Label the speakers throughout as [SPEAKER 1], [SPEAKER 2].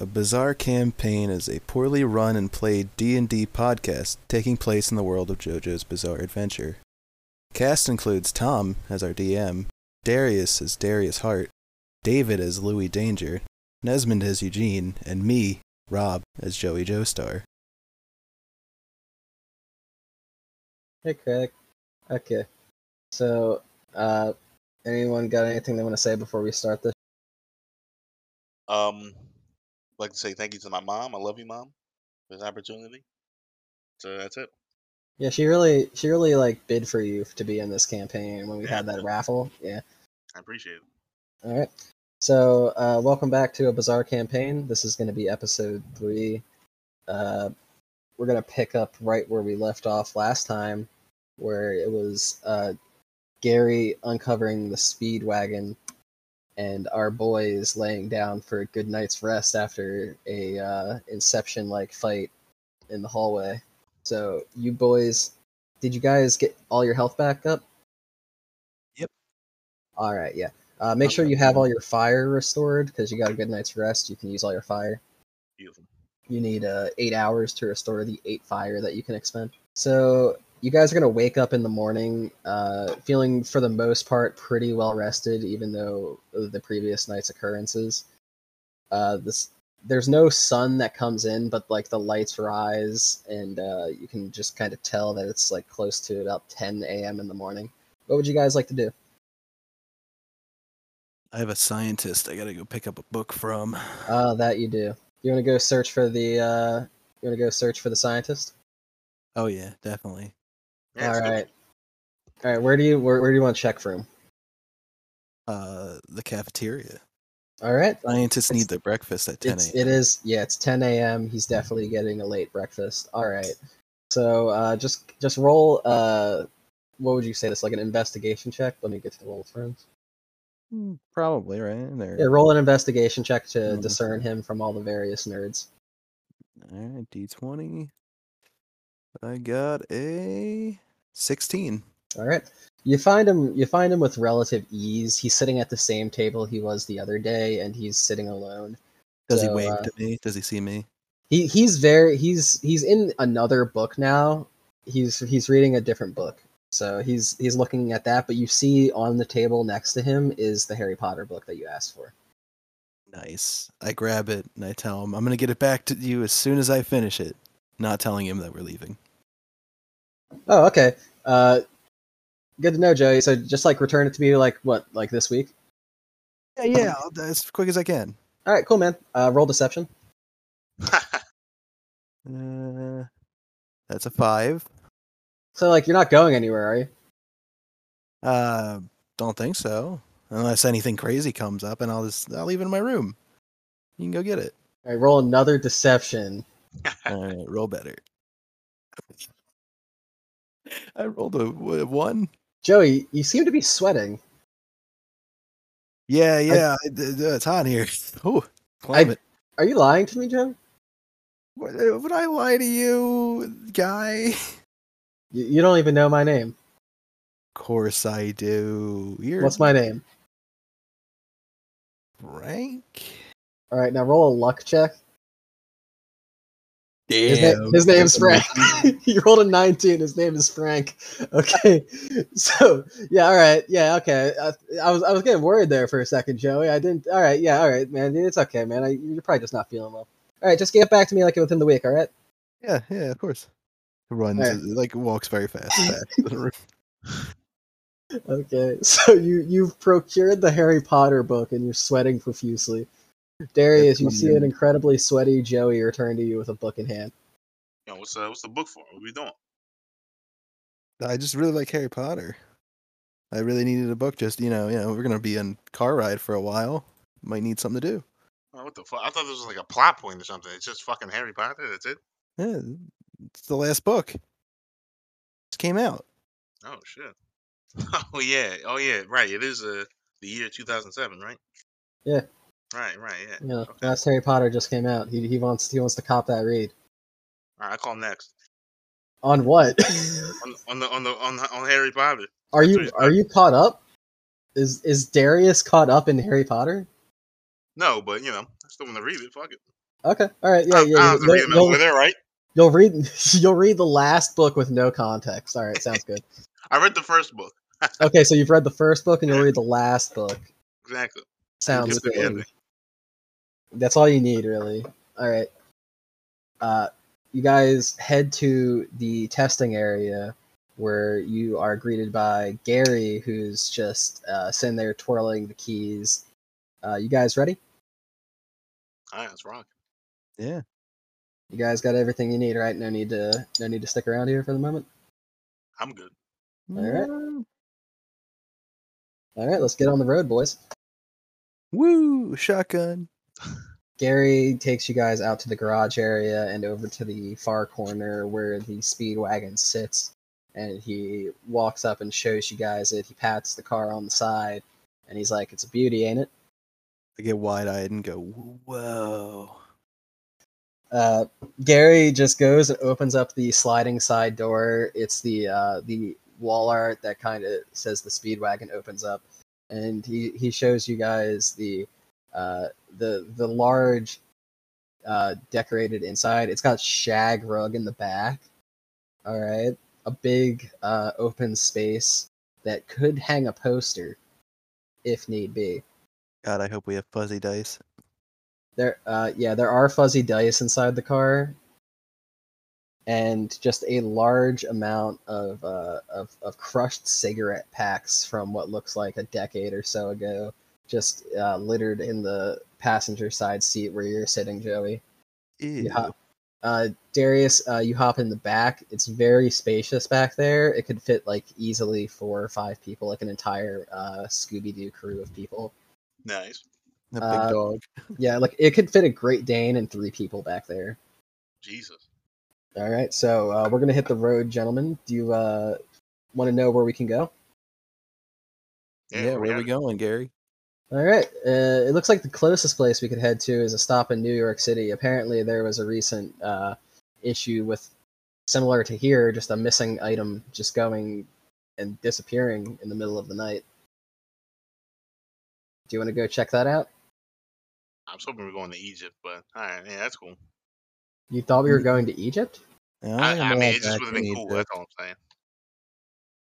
[SPEAKER 1] A Bizarre Campaign is a poorly run and played D&D podcast taking place in the world of JoJo's Bizarre Adventure. Cast includes Tom as our DM, Darius as Darius Hart, David as Louis Danger, Nesmond as Eugene, and me, Rob, as Joey Joestar.
[SPEAKER 2] Hey, Craig. Okay. So, uh, anyone got anything they want to say before we start this?
[SPEAKER 3] Um, I'd like to say thank you to my mom. I love you, mom, for this opportunity. So that's it.
[SPEAKER 2] Yeah, she really, she really like bid for you to be in this campaign when we had that raffle. Yeah.
[SPEAKER 3] I appreciate it.
[SPEAKER 2] All right. So, uh, welcome back to a bizarre campaign. This is going to be episode three. Uh, we're going to pick up right where we left off last time, where it was uh, Gary uncovering the speed wagon and our boys laying down for a good night's rest after a uh, inception like fight in the hallway. So, you boys, did you guys get all your health back up?
[SPEAKER 1] Yep.
[SPEAKER 2] All right, yeah. Uh, make sure you have all your fire restored because you got a good night's rest. You can use all your fire.
[SPEAKER 3] Beautiful.
[SPEAKER 2] You need uh, eight hours to restore the eight fire that you can expend. So you guys are gonna wake up in the morning, uh, feeling for the most part pretty well rested, even though of the previous night's occurrences. Uh, this there's no sun that comes in, but like the lights rise, and uh, you can just kind of tell that it's like close to about 10 a.m. in the morning. What would you guys like to do?
[SPEAKER 1] I have a scientist I gotta go pick up a book from.
[SPEAKER 2] Uh, that you do. You want to go search for the. Uh, you want to go search for the scientist.
[SPEAKER 1] oh yeah, definitely.
[SPEAKER 3] Yeah,
[SPEAKER 2] All
[SPEAKER 3] let's do
[SPEAKER 2] right.
[SPEAKER 3] it.
[SPEAKER 2] All right. Where do you where, where do you want to check for him?
[SPEAKER 1] Uh, the cafeteria.
[SPEAKER 2] All right.
[SPEAKER 1] Scientists
[SPEAKER 2] It's-
[SPEAKER 1] need their breakfast at 10 a.m.
[SPEAKER 2] It's, it is. Yeah, it's 10 a.m. He's definitely getting a late breakfast. All right. So uh, just just roll. Uh, what would you say? This like an investigation check. Let me get to the roll friends.
[SPEAKER 1] Mm, Probably, right? They're-
[SPEAKER 2] Yeah, roll an investigation check to
[SPEAKER 1] Mhm.
[SPEAKER 2] discern him from all the various nerds.
[SPEAKER 1] All right, D20. I got a 16.
[SPEAKER 2] All right. You find him. You find him with relative ease. He's sitting at the same table he was the other day, and he's sitting alone.
[SPEAKER 1] Does he
[SPEAKER 2] So,
[SPEAKER 1] wave
[SPEAKER 2] uh,
[SPEAKER 1] to me? Does he see me?
[SPEAKER 2] he he's very he's he's in another book now he's he's reading a different book so he's he's looking at that but you see on the table next to him is the harry potter book that you asked for
[SPEAKER 1] Nice. I grab it and I tell him, I'm going to get it back to you as soon as I finish it. Not telling him that we're leaving.
[SPEAKER 2] oh okay uh good to know joey so just like return it to me like what like this week
[SPEAKER 1] Yeah, yeah, I'll, as quick as I can.
[SPEAKER 2] all right cool man uh roll deception
[SPEAKER 1] Uh, that's a five.
[SPEAKER 2] so like you're not going anywhere are you
[SPEAKER 1] Uh, don't think so. Unless anything crazy comes up, and I'll just I'll leave it in my room. You can go get it.
[SPEAKER 2] all right roll another deception
[SPEAKER 1] All right, roll better. I rolled a, w- a one.
[SPEAKER 2] joey you seem to be sweating
[SPEAKER 1] Yeah, yeah, I, d- d- it's hot here. Oh, climate.
[SPEAKER 2] are you lying to me joe
[SPEAKER 1] Would would I lie to you, guy? Of
[SPEAKER 2] you, you don't even know my name
[SPEAKER 1] course I do. You're
[SPEAKER 2] what's my name
[SPEAKER 1] Frank.
[SPEAKER 2] all right now roll a luck check His,
[SPEAKER 1] Damn.
[SPEAKER 2] name, his name's Frank. he rolled a 19. His name is Frank. Okay. So, yeah, all right. Yeah, okay. I, I was I was getting worried there for a second, Joey. I didn't. All right. Yeah, all right, man. It's okay, man. I, you're probably just not feeling well. All right. Just get back to me like within the week, all right?
[SPEAKER 1] Yeah, yeah, of course. Runs
[SPEAKER 2] Alright.
[SPEAKER 1] uh, like walks very fast. back to the room.
[SPEAKER 2] Okay. So, you, you've procured the Harry Potter book and you're sweating profusely. Darius, you
[SPEAKER 1] That's
[SPEAKER 2] see an
[SPEAKER 1] amazing.
[SPEAKER 2] incredibly sweaty Joey return to you with a book in hand.
[SPEAKER 3] Yo, what's uh, what's the book for? What we doing?
[SPEAKER 1] I just really like Harry Potter. I really needed a book. Just you know, you know, we're gonna be in car ride for a while. Might need something to do.
[SPEAKER 3] Oh, what the fuck? I thought this was like a plot point or something. It's just fucking Harry Potter. That's it.
[SPEAKER 1] Yeah, it's the last book. Just came out.
[SPEAKER 3] Oh shit. Oh yeah. Oh yeah. Right. It is uh the year 2007, right?
[SPEAKER 2] Yeah.
[SPEAKER 3] Right. Right. Yeah.
[SPEAKER 2] You know, last Harry Potter just came out. He, he wants he wants to cop that read.
[SPEAKER 3] All right. I call him next
[SPEAKER 2] On what?
[SPEAKER 3] on on the on the on, the- on Harry Potter.
[SPEAKER 2] Are you
[SPEAKER 3] Pretty
[SPEAKER 2] are you caught up? Is is Darius caught up in Harry Potter?
[SPEAKER 3] No, but you know, I still want to read it. Fuck it.
[SPEAKER 2] Okay. All right. Yeah.
[SPEAKER 3] I,
[SPEAKER 2] Yeah.
[SPEAKER 3] I
[SPEAKER 2] yeah.
[SPEAKER 3] was reading
[SPEAKER 2] You'll,
[SPEAKER 3] over
[SPEAKER 2] you'll-
[SPEAKER 3] there, right?
[SPEAKER 2] you'll read. You'll read the last book with no context. All right. Sounds good.
[SPEAKER 3] I read the first book.
[SPEAKER 2] Okay. So you've read the first book and you'll read the last book.
[SPEAKER 3] Exactly.
[SPEAKER 2] Sounds
[SPEAKER 3] Get to the
[SPEAKER 2] good.
[SPEAKER 3] ending.
[SPEAKER 2] That's all you need, really. All right. Uh, you guys head to the testing area where you are greeted by Gary, who's just uh, sitting there twirling the keys. Uh, you guys ready?
[SPEAKER 3] All right, that's wrong.
[SPEAKER 1] Yeah.
[SPEAKER 2] You guys got everything you need, right? No need to no need to stick around here for the moment.
[SPEAKER 3] I'm good.
[SPEAKER 2] Alright. All right, let's get on the road, boys.
[SPEAKER 1] Woo! Shotgun.
[SPEAKER 2] Gary takes you guys out to the garage area and over to the far corner where the speed wagon sits. And he walks up and shows you guys it. He pats the car on the side and he's like, It's a beauty, ain't it?
[SPEAKER 1] I get wide eyed and go, whoa.
[SPEAKER 2] Uh, Gary just goes and opens up the sliding side door. It's the uh, the wall art that kind of says the speed wagon opens up, and he, he shows you guys the uh, the the large uh, decorated inside. It's got shag rug in the back. All right, a big uh, open space that could hang a poster if need be.
[SPEAKER 1] God, I hope we have fuzzy dice.
[SPEAKER 2] There, uh, yeah, there are fuzzy dice inside the car, and just a large amount of uh, of, of crushed cigarette packs from what looks like a decade or so ago, just uh, littered in the passenger side seat where you're sitting, Joey.
[SPEAKER 1] Ew.
[SPEAKER 2] You hop, uh, Darius, uh, you hop in the back. It's very spacious back there. It could fit like easily four or five people, like an entire uh, Scooby Doo crew of people.
[SPEAKER 3] Nice.
[SPEAKER 1] A big
[SPEAKER 2] uh,
[SPEAKER 1] dog.
[SPEAKER 2] Yeah, like it could fit a Great Dane and three people back there.
[SPEAKER 3] Jesus.
[SPEAKER 2] All right, so uh, we're gonna hit the road, gentlemen. Do you uh, want to know where we can go?
[SPEAKER 1] Yeah, where we
[SPEAKER 3] go?
[SPEAKER 1] going, Gary?
[SPEAKER 2] All right, uh, it looks like the closest place we could head to is a stop in New York City. Apparently, there was a recent uh, issue with similar to here, just a missing item just going and disappearing in the middle of the night. Do you want to go check that out?
[SPEAKER 3] I was hoping we were going to Egypt, but all right, yeah, that's cool.
[SPEAKER 2] You thought we were going to Egypt?
[SPEAKER 3] I, I
[SPEAKER 1] am
[SPEAKER 3] mean,
[SPEAKER 1] right
[SPEAKER 3] it just
[SPEAKER 1] back
[SPEAKER 3] would have
[SPEAKER 1] in
[SPEAKER 3] been cool.
[SPEAKER 1] Egypt.
[SPEAKER 3] That's all I'm saying.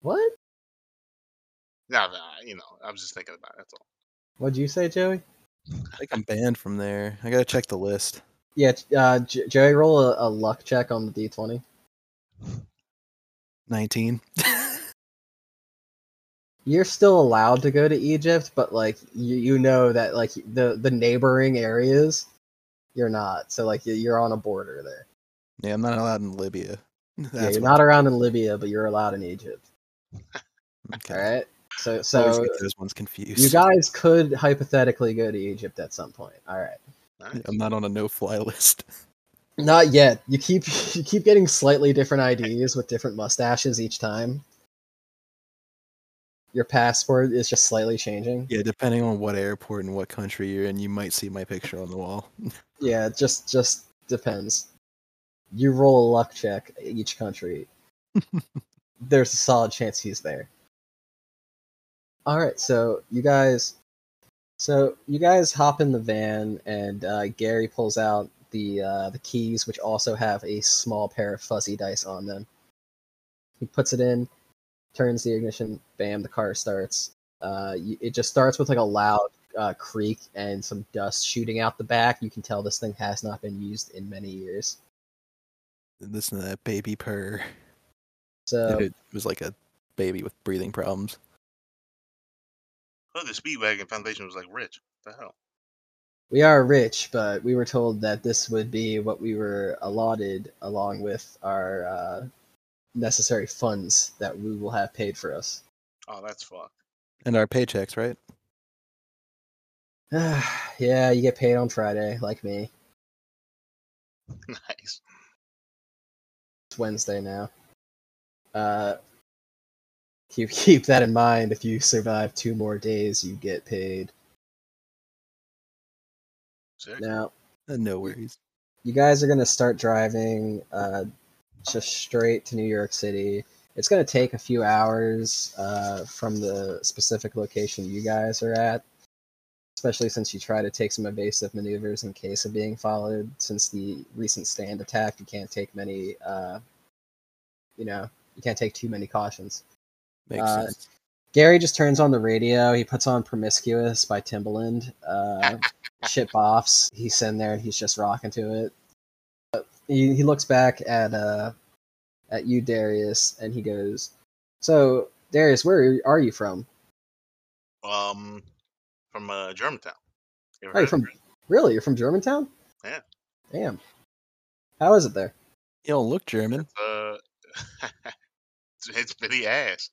[SPEAKER 2] What?
[SPEAKER 3] No, no, you know, I was just thinking about it. That's all.
[SPEAKER 2] What'd you say, Joey?
[SPEAKER 1] I think I'm banned from there. I gotta check the list.
[SPEAKER 2] Yeah, uh, J- Joey, roll a, a luck check on the D twenty.
[SPEAKER 1] 19.
[SPEAKER 2] you're still allowed to go to Egypt, but like you, you know that like the the neighboring areas, you're not. So like you- you're on a border there.
[SPEAKER 1] yeah, I'm not allowed in Libya.
[SPEAKER 2] yeah,
[SPEAKER 1] That's
[SPEAKER 2] you're
[SPEAKER 1] what-
[SPEAKER 2] not around in Libya, but you're allowed in Egypt.
[SPEAKER 1] okay.
[SPEAKER 2] All right. So
[SPEAKER 1] I always
[SPEAKER 2] so
[SPEAKER 1] get those ones confused.
[SPEAKER 2] you guys could hypothetically go to Egypt at some point. All right.
[SPEAKER 3] Nice.
[SPEAKER 1] I'm not on a no-fly list.
[SPEAKER 2] Not yet. You keep you keep getting slightly different IDs with different mustaches each time. Your passport is just slightly changing.
[SPEAKER 1] Yeah, depending on what airport and what country you're in, you might see my picture on the wall.
[SPEAKER 2] Yeah, it just just depends. You roll a luck check each country. There's a solid chance he's there. All right, so you guys, so you guys hop in the van, and uh, Gary pulls out the uh, the keys, which also have a small pair of fuzzy dice on them. He puts it in, turns the ignition, bam, the car starts. Uh, y- it just starts with like a loud uh, creek and some dust shooting out the back. You can tell this thing has not been used in many years.
[SPEAKER 1] Listen to that baby purr.
[SPEAKER 2] So
[SPEAKER 1] It was like a baby with breathing problems.
[SPEAKER 3] Oh, the Speedwagon Foundation was like rich. What the hell?
[SPEAKER 2] we are rich, but we were told that this would be what we were allotted along with our uh, necessary funds that we will have paid for us.
[SPEAKER 3] Oh, that's fucked.
[SPEAKER 1] And our paychecks, right?
[SPEAKER 2] yeah, you get paid on Friday, like me.
[SPEAKER 3] nice.
[SPEAKER 2] It's Wednesday now. Uh, keep keep that in mind. If you survive two more days, you get paid.
[SPEAKER 3] Sick.
[SPEAKER 2] Now,
[SPEAKER 1] Uh, No worries.
[SPEAKER 2] you guys are going to start driving uh, just straight to New York City. It's going to take a few hours uh, from the specific location you guys are at. especially since you try to take some evasive maneuvers in case of being followed. Since the recent stand attack, you can't take many, uh, you know, you can't take too many cautions.
[SPEAKER 1] Makes
[SPEAKER 2] Uh,
[SPEAKER 1] sense.
[SPEAKER 2] Gary just turns on the radio. He puts on "Promiscuous" by Timbaland. Uh, shit boffs. He's sitting there and he's just rocking to it. But he, he looks back at uh, at you, Darius, and he goes, "So, Darius, where are you from?
[SPEAKER 3] Um, from uh, Germantown. You ever
[SPEAKER 1] Oh,
[SPEAKER 2] Are you
[SPEAKER 3] heard
[SPEAKER 2] from
[SPEAKER 3] of it?
[SPEAKER 2] really? You're from Germantown?
[SPEAKER 3] Yeah.
[SPEAKER 2] Damn. How is it there?
[SPEAKER 1] You don't look German.
[SPEAKER 3] It's, uh, it's- it's pretty ass.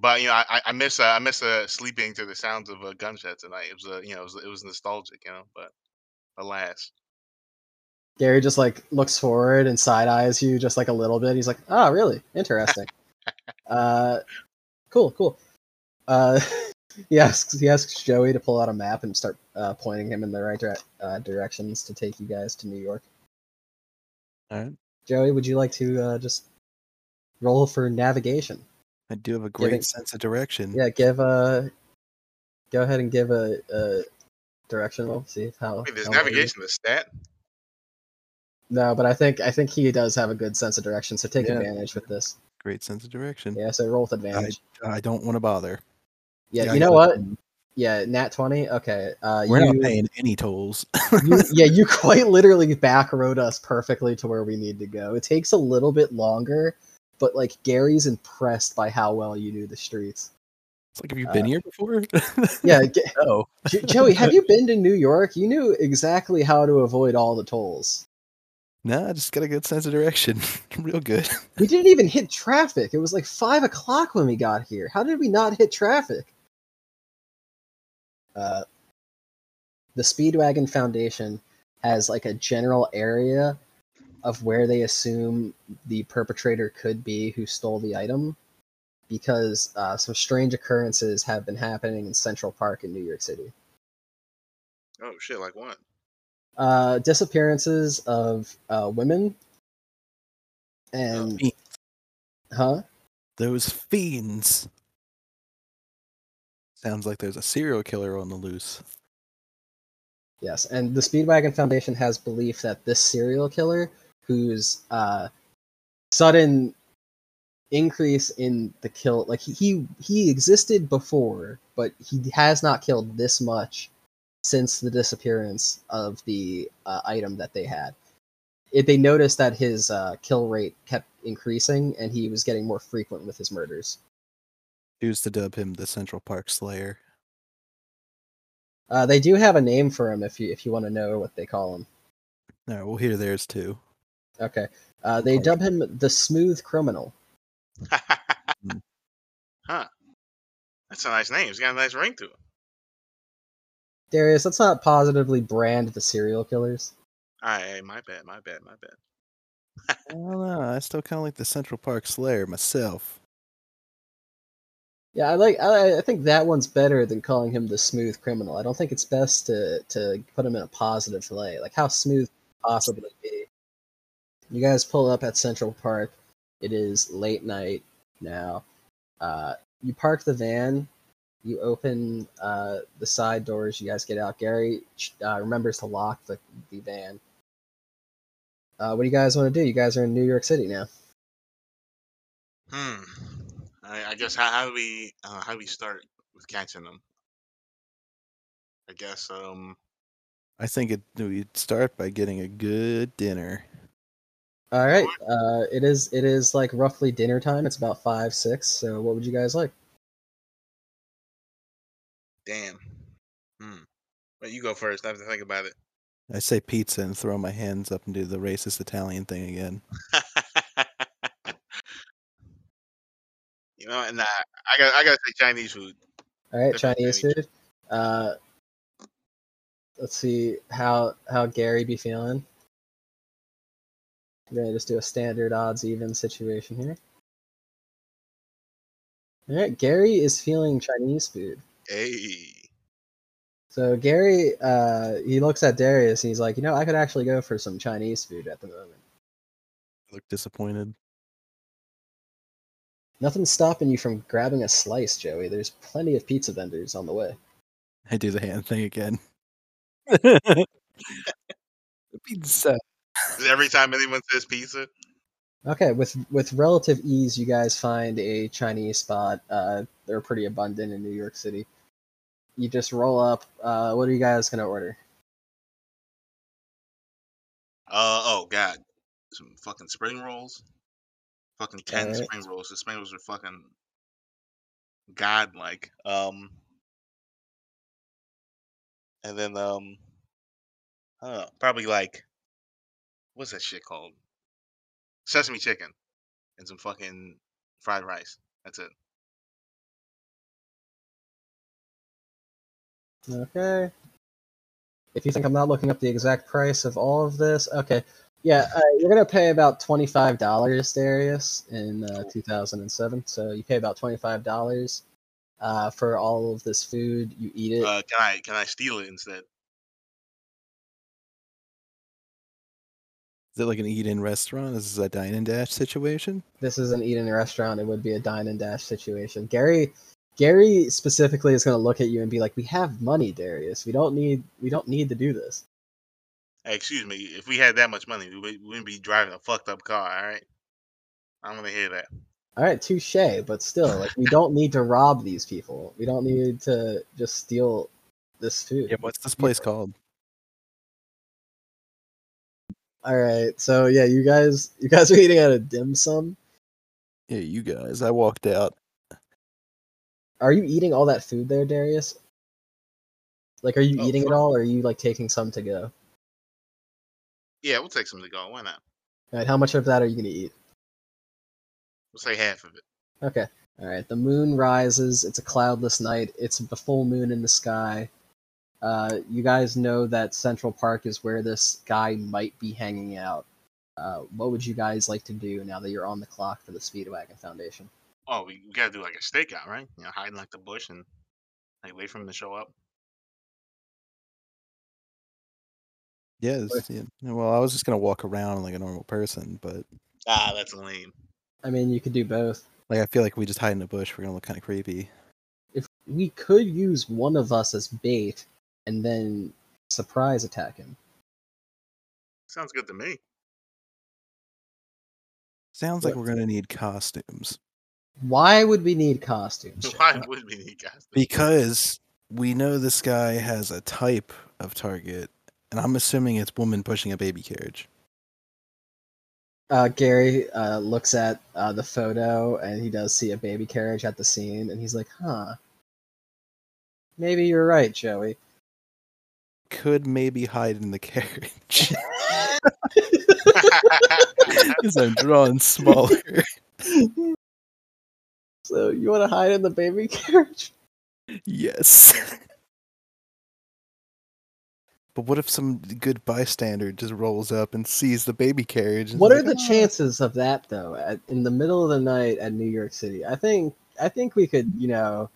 [SPEAKER 3] But you know, I I- I miss uh, I miss uh, sleeping to the sounds of uh, gunshots tonight. It was uh, you know it was, it was nostalgic, you know. But alas,
[SPEAKER 2] Gary just like looks forward and side eyes you just like a little bit. He's like, "Oh, really? Interesting. uh, cool, cool." Uh, he asks he asks Joey to pull out a map and start uh, pointing him in the right dire- uh, directions to take you guys to New York.
[SPEAKER 1] All right.
[SPEAKER 2] Joey, would you like to uh, just roll for navigation?
[SPEAKER 1] I do have a
[SPEAKER 2] they-
[SPEAKER 1] great sense of direction.
[SPEAKER 2] Yeah, give a go ahead and give a, a direction roll. See how.
[SPEAKER 3] wait, there's
[SPEAKER 2] how well you-
[SPEAKER 3] navigation a stat.
[SPEAKER 2] No, but I think I think he does have a good sense of direction, so take
[SPEAKER 1] Yeah. Mm-hmm.
[SPEAKER 2] advantage with this.
[SPEAKER 1] Great sense of direction.
[SPEAKER 2] Yeah, so roll with advantage.
[SPEAKER 1] I don't want to bother.
[SPEAKER 2] yeah,
[SPEAKER 1] Yeah,
[SPEAKER 2] you know
[SPEAKER 1] yeah.
[SPEAKER 2] what? Yeah, nat twenty. Okay, uh,
[SPEAKER 1] We're
[SPEAKER 2] you,
[SPEAKER 1] not paying any tolls.
[SPEAKER 2] you- yeah, you quite literally back rode us perfectly to where we need to go. It takes a little bit longer, but like Gary's impressed by how well you knew the streets.
[SPEAKER 1] It's like, have you been here before?
[SPEAKER 2] Uh, Yeah, G-
[SPEAKER 1] no.
[SPEAKER 2] Jo- Joey, have you been to New York? You knew exactly how to avoid all the tolls.
[SPEAKER 1] No, I just got a good sense of direction. Real good.
[SPEAKER 2] We didn't even hit traffic. It was like five o'clock when we got here. How did we not hit traffic? Uh, the Speedwagon Foundation has like a general area of where they assume the perpetrator could be who stole the item because uh, some strange occurrences have been happening in Central Park in New York City.
[SPEAKER 3] Oh shit, like what?
[SPEAKER 2] uh, disappearances of uh, women and
[SPEAKER 1] Fiends.
[SPEAKER 2] huh
[SPEAKER 1] Those fiends. Sounds like there's a serial killer on the loose.
[SPEAKER 2] yes and the speedwagon foundation has belief that this serial killer whose uh, sudden increase in the kill like he, he he existed before but he has not killed this much since the disappearance of the uh, item that they had it, they noticed that his uh, kill rate kept increasing and he was getting more frequent with his murders
[SPEAKER 1] Choose to dub him the Central Park Slayer.
[SPEAKER 2] Uh, they do have a name for him if you if you want to know what they call him.
[SPEAKER 1] All right, we'll hear theirs too.
[SPEAKER 2] Okay. Uh, they dub him the Smooth Criminal.
[SPEAKER 1] Mm.
[SPEAKER 3] huh? That's a nice name. It's got a nice ring to it.
[SPEAKER 2] Darius, let's not positively brand the serial killers.
[SPEAKER 3] All right, my bad, my bad, my bad.
[SPEAKER 1] I don't know. I still kind of like the Central Park Slayer myself.
[SPEAKER 2] Yeah, I like. I, I think that one's better than calling him the Smooth Criminal. I don't think it's best to to put him in a positive light. Like how smooth could it possibly be. You guys pull up at Central Park. It is late night now. Uh, you park the van. You open uh, the side doors. You guys get out. Gary uh, remembers to lock the, the van. Uh, what do you guys want to do? You guys are in New York City now.
[SPEAKER 3] Hmm. I, I guess how, how do we uh, how do we start with catching them? I guess um
[SPEAKER 1] I think it, we'd start by getting a good dinner.
[SPEAKER 2] All right. Uh, it is. It is like roughly dinner time. It's about five, six. So, what would you guys like?
[SPEAKER 3] damn. Hmm. But you go first. I have to think about it.
[SPEAKER 1] I say pizza and throw my hands up and do the racist Italian thing again.
[SPEAKER 3] you know, and I, I got I gotta say Chinese food.
[SPEAKER 2] All right,
[SPEAKER 3] Different
[SPEAKER 2] Chinese
[SPEAKER 3] than each
[SPEAKER 2] food. Uh, let's see how how Gary be feeling. I'm gonna just do a standard odds even situation here. All right, Gary is feeling Chinese food.
[SPEAKER 3] Hey.
[SPEAKER 2] So Gary, uh, he looks at Darius and he's like, you know, I could actually go for some Chinese food at the moment.
[SPEAKER 1] I look disappointed.
[SPEAKER 2] Nothing's stopping you from grabbing a slice, Joey. There's plenty of pizza vendors on the way.
[SPEAKER 1] I do the hand thing again.
[SPEAKER 4] Pizza.
[SPEAKER 3] Every time anyone says pizza,
[SPEAKER 2] Okay, with with relative ease, you guys find a Chinese spot. Uh, they're pretty abundant in New York City. You just roll up. Uh, what are you guys gonna order?
[SPEAKER 3] uh, oh god, some fucking spring rolls, fucking ten
[SPEAKER 2] Alright.
[SPEAKER 3] spring rolls. The spring rolls are fucking godlike. Um, and then um, I don't know, probably like what's that shit called? Sesame chicken and some fucking fried rice. That's it.
[SPEAKER 2] Okay. If you think I'm not looking up the exact price of all of this, okay. Yeah, uh, you're gonna pay about twenty five dollars, Darius, in uh, two thousand and seven. So you pay about twenty five dollars uh, for all of this food. You eat it.
[SPEAKER 3] Uh, can I can I steal it instead?
[SPEAKER 1] Is it like an eat-in restaurant? Is this a dine and dash situation?
[SPEAKER 2] this is an eat-in restaurant, it would be a dine and dash situation. Gary, Gary specifically is going to look at you and be like, "We have money, Darius. We don't need. We don't need to do this."
[SPEAKER 3] Hey, Eh, excuse me. If we had that much money, we wou- wouldn't be driving a fucked up car. All right. I'm gonna hear that.
[SPEAKER 2] All right, touche. But still, like, we don't need to rob these people. We don't need to just steal this food.
[SPEAKER 1] Yeah, what's this place called?
[SPEAKER 2] All right. So yeah, you guys, you guys are eating at a dim sum.
[SPEAKER 1] Yeah, you guys. I walked out.
[SPEAKER 2] Are you eating all that food there, Darius? Like, are you
[SPEAKER 3] Oh,
[SPEAKER 2] eating it
[SPEAKER 3] sure.
[SPEAKER 2] all, or are you like taking some to go?
[SPEAKER 3] Yeah, we'll take some to go. Why not?
[SPEAKER 2] All right, how much of that are you going to eat?
[SPEAKER 3] We'll say half of it.
[SPEAKER 2] Okay. All right. The moon rises. It's a cloudless night. It's the full moon in the sky. Uh, you guys know that Central Park is where this guy might be hanging out. Uh, what would you guys like to do now that you're on the clock for the Speedwagon Foundation?
[SPEAKER 3] Oh, we, we gotta do like a stakeout, right? You know, hide in like the bush and like wait for him to show up.
[SPEAKER 1] Yeah, this- yeah. Well, I was just gonna walk around like a normal person, but
[SPEAKER 3] Ah, that's lame.
[SPEAKER 2] I mean, you could do both.
[SPEAKER 1] like I feel like we just hide in a bush. We're gonna look kind of creepy.
[SPEAKER 2] If we could use one of us as bait and then surprise attack him.
[SPEAKER 3] Sounds good to me.
[SPEAKER 1] Sounds like
[SPEAKER 2] What?
[SPEAKER 1] we're gonna need costumes
[SPEAKER 2] Why would we need costumes?
[SPEAKER 3] Why would we need guys? to-
[SPEAKER 1] because we know this guy has a type of target, and I'm assuming it's woman pushing a baby carriage.
[SPEAKER 2] Uh, Gary uh, looks at uh, the photo and he does see a baby carriage at the scene and he's like, huh. Maybe you're right, Joey.
[SPEAKER 1] Could maybe hide in the carriage because I'm drawn smaller.
[SPEAKER 2] So you want to hide in the baby carriage?
[SPEAKER 1] Yes. But what if some good bystander just rolls up and sees the baby carriage? and
[SPEAKER 2] What
[SPEAKER 1] is
[SPEAKER 2] are the
[SPEAKER 1] like, "Ah."
[SPEAKER 2] chances of that though? At, in the middle of the night at New York City, I think I think we could, you know,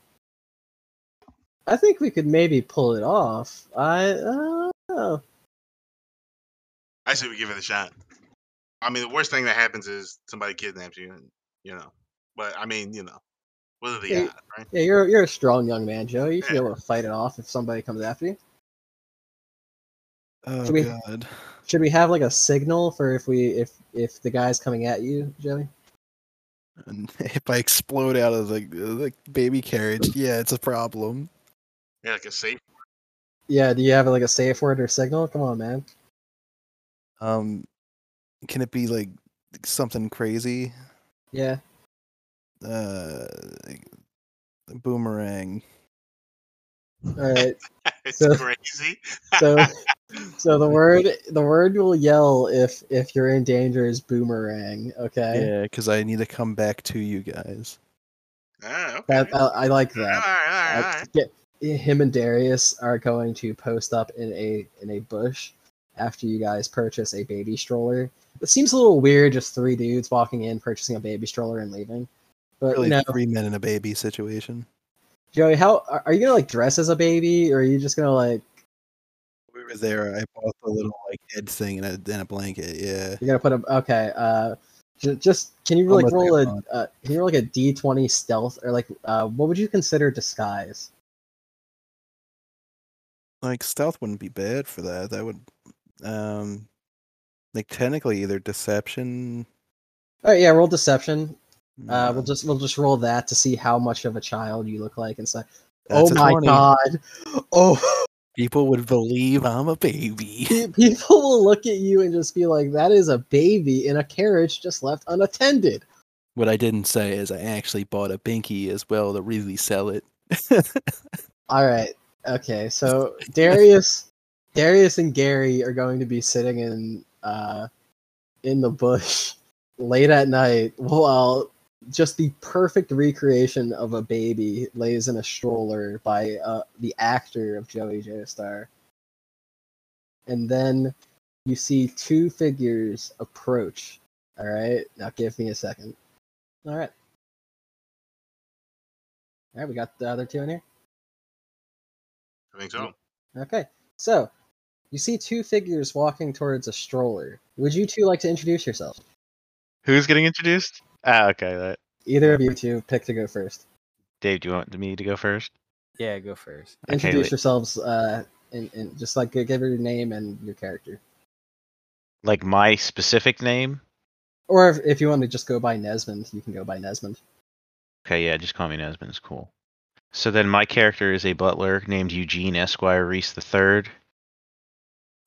[SPEAKER 2] I think we could maybe pull it off. I uh, oh,
[SPEAKER 3] I say we give it a shot. I mean, the worst thing that happens is somebody kidnaps you, and you know. But I mean, you know, what are the
[SPEAKER 2] Yeah.
[SPEAKER 3] odds, right?
[SPEAKER 2] yeah, you're you're a strong young man, Joey. You should be able to fight it off if somebody comes after you.
[SPEAKER 1] Oh
[SPEAKER 2] Should we-
[SPEAKER 1] god.
[SPEAKER 2] Should we have like a signal for if we if if the guy's coming at you, Joey?
[SPEAKER 1] And if I explode out of the, the baby carriage, yeah, it's a problem.
[SPEAKER 3] Yeah, like a safe.
[SPEAKER 2] Yeah, do you have like a safe word or signal? Come on, man.
[SPEAKER 1] Um can it be like something crazy?
[SPEAKER 2] Yeah.
[SPEAKER 1] Uh like, boomerang.
[SPEAKER 2] All right.
[SPEAKER 3] It's
[SPEAKER 2] So-
[SPEAKER 3] crazy.
[SPEAKER 2] So so the word the word you'll yell if if you're in danger is boomerang, okay?
[SPEAKER 1] Yeah, cuz I need to come back to you guys.
[SPEAKER 3] Ah, okay.
[SPEAKER 2] That, uh, I, I like
[SPEAKER 3] all right, all
[SPEAKER 2] that.
[SPEAKER 3] right, all
[SPEAKER 2] I-
[SPEAKER 3] right.
[SPEAKER 2] yeah, him and Darius are going to post up in a in a bush after you guys purchase a baby stroller. It seems a little weird just three dudes walking in, purchasing a baby stroller and leaving. But
[SPEAKER 1] Really
[SPEAKER 2] you know,
[SPEAKER 1] three men and a baby situation.
[SPEAKER 2] Joey, how are are you gonna like dress as a baby, or are you just gonna like
[SPEAKER 1] We were there. I bought the little like head thing and a, and a blanket. Yeah.
[SPEAKER 2] you're gonna put a okay? Uh, ju- just can you like
[SPEAKER 1] Almost
[SPEAKER 2] roll
[SPEAKER 1] like a
[SPEAKER 2] a
[SPEAKER 1] bond.
[SPEAKER 2] uh, can you roll like a d twenty stealth or like uh, what would you consider disguise?
[SPEAKER 1] like stealth wouldn't be bad for that. That would, um, like technically either deception.
[SPEAKER 2] All right, yeah, roll deception. Uh, we'll just we'll just roll that to see how much of a child you look like inside.
[SPEAKER 1] That's
[SPEAKER 2] oh
[SPEAKER 1] a
[SPEAKER 2] my
[SPEAKER 1] 20.
[SPEAKER 2] god! Oh,
[SPEAKER 1] People would believe I'm a baby.
[SPEAKER 2] pe- people will look at you and just be like, "That is a baby in a carriage just left unattended."
[SPEAKER 1] What I didn't say is I actually bought a binky as well to really sell it.
[SPEAKER 2] All right, okay. So Darius, Darius and Gary are going to be sitting in uh, in the bush late at night while just the perfect recreation of a baby lays in a stroller by uh, the actor of Joey Joestar. And then you see two figures approach. All right, now give me a second. All right. All right, we got the other two in here.
[SPEAKER 3] I think so.
[SPEAKER 2] Okay, so you see two figures walking towards a stroller. Would you two like to introduce yourself?
[SPEAKER 5] Who's getting introduced? Ah, okay. That,
[SPEAKER 2] Either of you two pick to go first.
[SPEAKER 5] Dave, do you want me to go first?
[SPEAKER 6] Yeah, go first.
[SPEAKER 5] Okay,
[SPEAKER 2] Introduce
[SPEAKER 5] wait.
[SPEAKER 2] yourselves, uh, and, and just like give her your name and your character,
[SPEAKER 5] Like my specific name?
[SPEAKER 2] or if, if you want to just go by Nesmond, you can go by Nesmond.
[SPEAKER 5] Okay, yeah, just call me Nesmond. It's cool. So then my character is a butler named Eugene Esquire Reese the Third,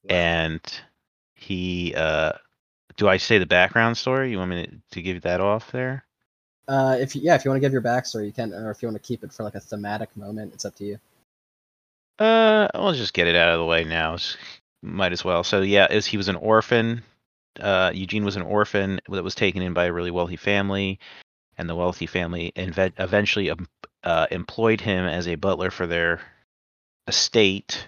[SPEAKER 5] and he. uh Do I say the background story? You want me to, to give that off there?
[SPEAKER 2] Uh, if you, yeah, if you want to give your backstory, you can, or if you want to keep it for like a thematic moment, it's up to you.
[SPEAKER 5] Uh, I'll just get it out of the way now. s- Might as well. So yeah, is he was an orphan. Uh, Eugene was an orphan that was taken in by a really wealthy family, and the wealthy family inve- eventually em- uh, employed him as a butler for their estate.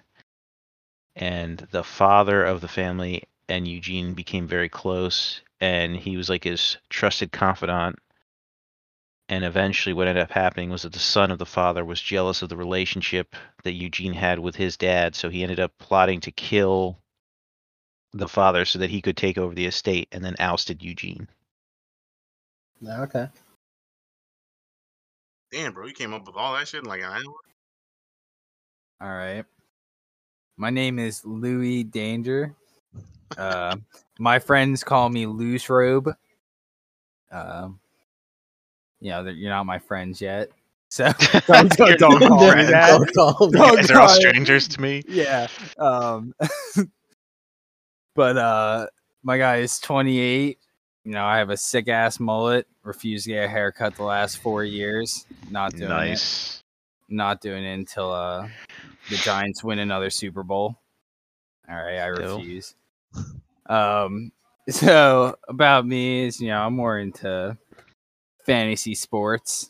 [SPEAKER 5] And the father of the family and Eugene became very close, and he was like his trusted confidant and eventually what ended up happening was that the son of the father was jealous of the relationship that Eugene had with his dad, so he ended up plotting to kill the father so that he could take over the estate and then ousted Eugene.
[SPEAKER 2] No, okay.
[SPEAKER 3] Damn, bro, you came up with all that shit in like an hour.
[SPEAKER 6] All right. My name is Louis Danger. Uh, my friends call me Loose Robe. Um, you know, they're- you're not my friends yet, so don't,
[SPEAKER 5] You're
[SPEAKER 6] don't, don't
[SPEAKER 5] not
[SPEAKER 6] call me
[SPEAKER 5] friends.
[SPEAKER 6] that.
[SPEAKER 2] Don't call me.
[SPEAKER 6] Don't
[SPEAKER 5] Guys are all
[SPEAKER 6] call-
[SPEAKER 5] strangers to me.
[SPEAKER 6] Yeah. Um, but uh, my guy is 28. You know, I have a sick ass mullet. Refused to get a haircut the last four years. Not doing it.
[SPEAKER 5] Nice.
[SPEAKER 6] not doing it until uh the Giants win another Super Bowl. All right, I
[SPEAKER 5] Still.
[SPEAKER 6] refuse. Um so about me is you know, I'm more into fantasy sports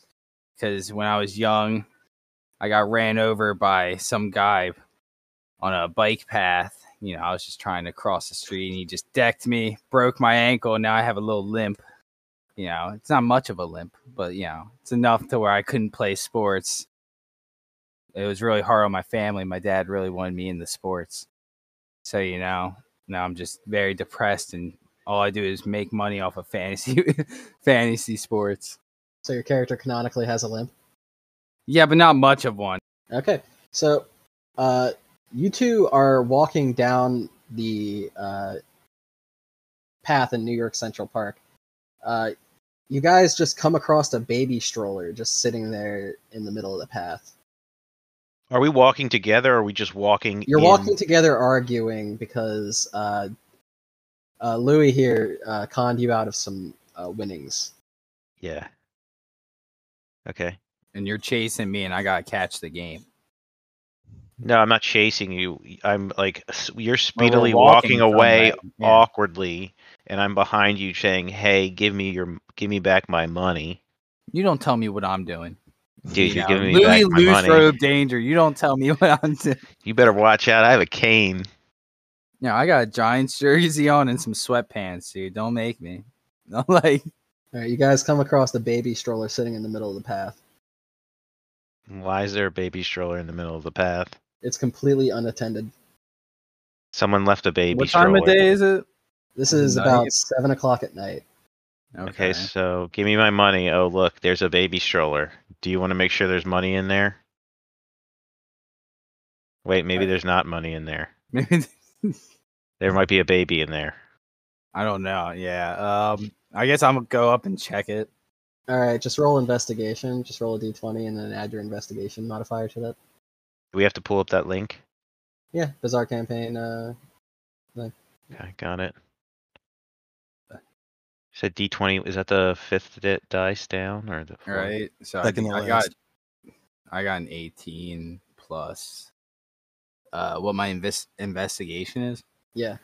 [SPEAKER 6] cuz when I was young, I got ran over by some guy on a bike path. You know, I was just trying to cross the street and he just decked me, broke my ankle, and now I have a little limp. You know, it's not much of a limp, but you know, it's enough to where I couldn't play sports it was really hard on my family. My dad really wanted me in the sports. So, you know, now I'm just very depressed and all I do is make money off of fantasy fantasy sports.
[SPEAKER 2] So your character canonically has a limp.
[SPEAKER 6] Yeah, but not much of one.
[SPEAKER 2] Okay, so uh, you two are walking down the uh, path in New York Central Park. Uh, you guys just come across a baby stroller just sitting there in the middle of the path.
[SPEAKER 5] Are we walking together or are we just walking
[SPEAKER 2] You're
[SPEAKER 5] in-
[SPEAKER 2] walking together, arguing because uh, uh, Louis here uh, conned you out of some uh, winnings.
[SPEAKER 5] Yeah. Okay.
[SPEAKER 6] And you're chasing me and I gotta catch the game.
[SPEAKER 5] No, I'm not chasing you. I'm like s- you're
[SPEAKER 6] Or we're
[SPEAKER 5] speedily walking,
[SPEAKER 6] from
[SPEAKER 5] away
[SPEAKER 6] that, yeah.
[SPEAKER 5] awkwardly and I'm behind you saying, "Hey, give me your give me back my money."
[SPEAKER 6] You don't tell me what I'm doing.
[SPEAKER 5] Dude,
[SPEAKER 6] you
[SPEAKER 5] you're
[SPEAKER 6] know?
[SPEAKER 5] giving me
[SPEAKER 6] Louis
[SPEAKER 5] back my
[SPEAKER 6] Loose
[SPEAKER 5] money.
[SPEAKER 6] Robe Danger. You don't tell me what I'm doing.
[SPEAKER 5] You better watch out. I have a cane.
[SPEAKER 6] Yeah, I got a Giants jersey on and some sweatpants, dude. Don't make me. I'm like,
[SPEAKER 2] All right, you guys come across the baby stroller sitting in the middle of the path.
[SPEAKER 5] Why is there a baby stroller in the middle of the path?
[SPEAKER 2] It's completely unattended.
[SPEAKER 5] Someone left a baby
[SPEAKER 6] what
[SPEAKER 5] stroller.
[SPEAKER 6] time of day is it?
[SPEAKER 2] This is
[SPEAKER 6] Nice.
[SPEAKER 2] about seven o'clock at night.
[SPEAKER 5] Okay, so give me my money. Oh, look, there's a baby stroller. Do you want to make sure there's money in there? Wait, maybe
[SPEAKER 6] Uh,
[SPEAKER 5] there's not money in there.
[SPEAKER 6] Maybe
[SPEAKER 5] There might be a baby in there.
[SPEAKER 6] I don't know. Yeah. Um. I guess I'm gonna go up and check it.
[SPEAKER 2] All right, just roll investigation. Just roll a d20 and then add your investigation modifier to that.
[SPEAKER 5] Do we have to pull up that link?
[SPEAKER 2] Yeah, bizarre campaign. Uh,
[SPEAKER 5] I got it. Said D twenty. Is that the fifth di- dice down or the?
[SPEAKER 6] All
[SPEAKER 5] fourth?
[SPEAKER 6] right. So I,
[SPEAKER 1] Second
[SPEAKER 6] think
[SPEAKER 1] to
[SPEAKER 6] I got
[SPEAKER 1] last.
[SPEAKER 6] I got an 18 plus. Uh, what my invest investigation is.
[SPEAKER 2] yeah.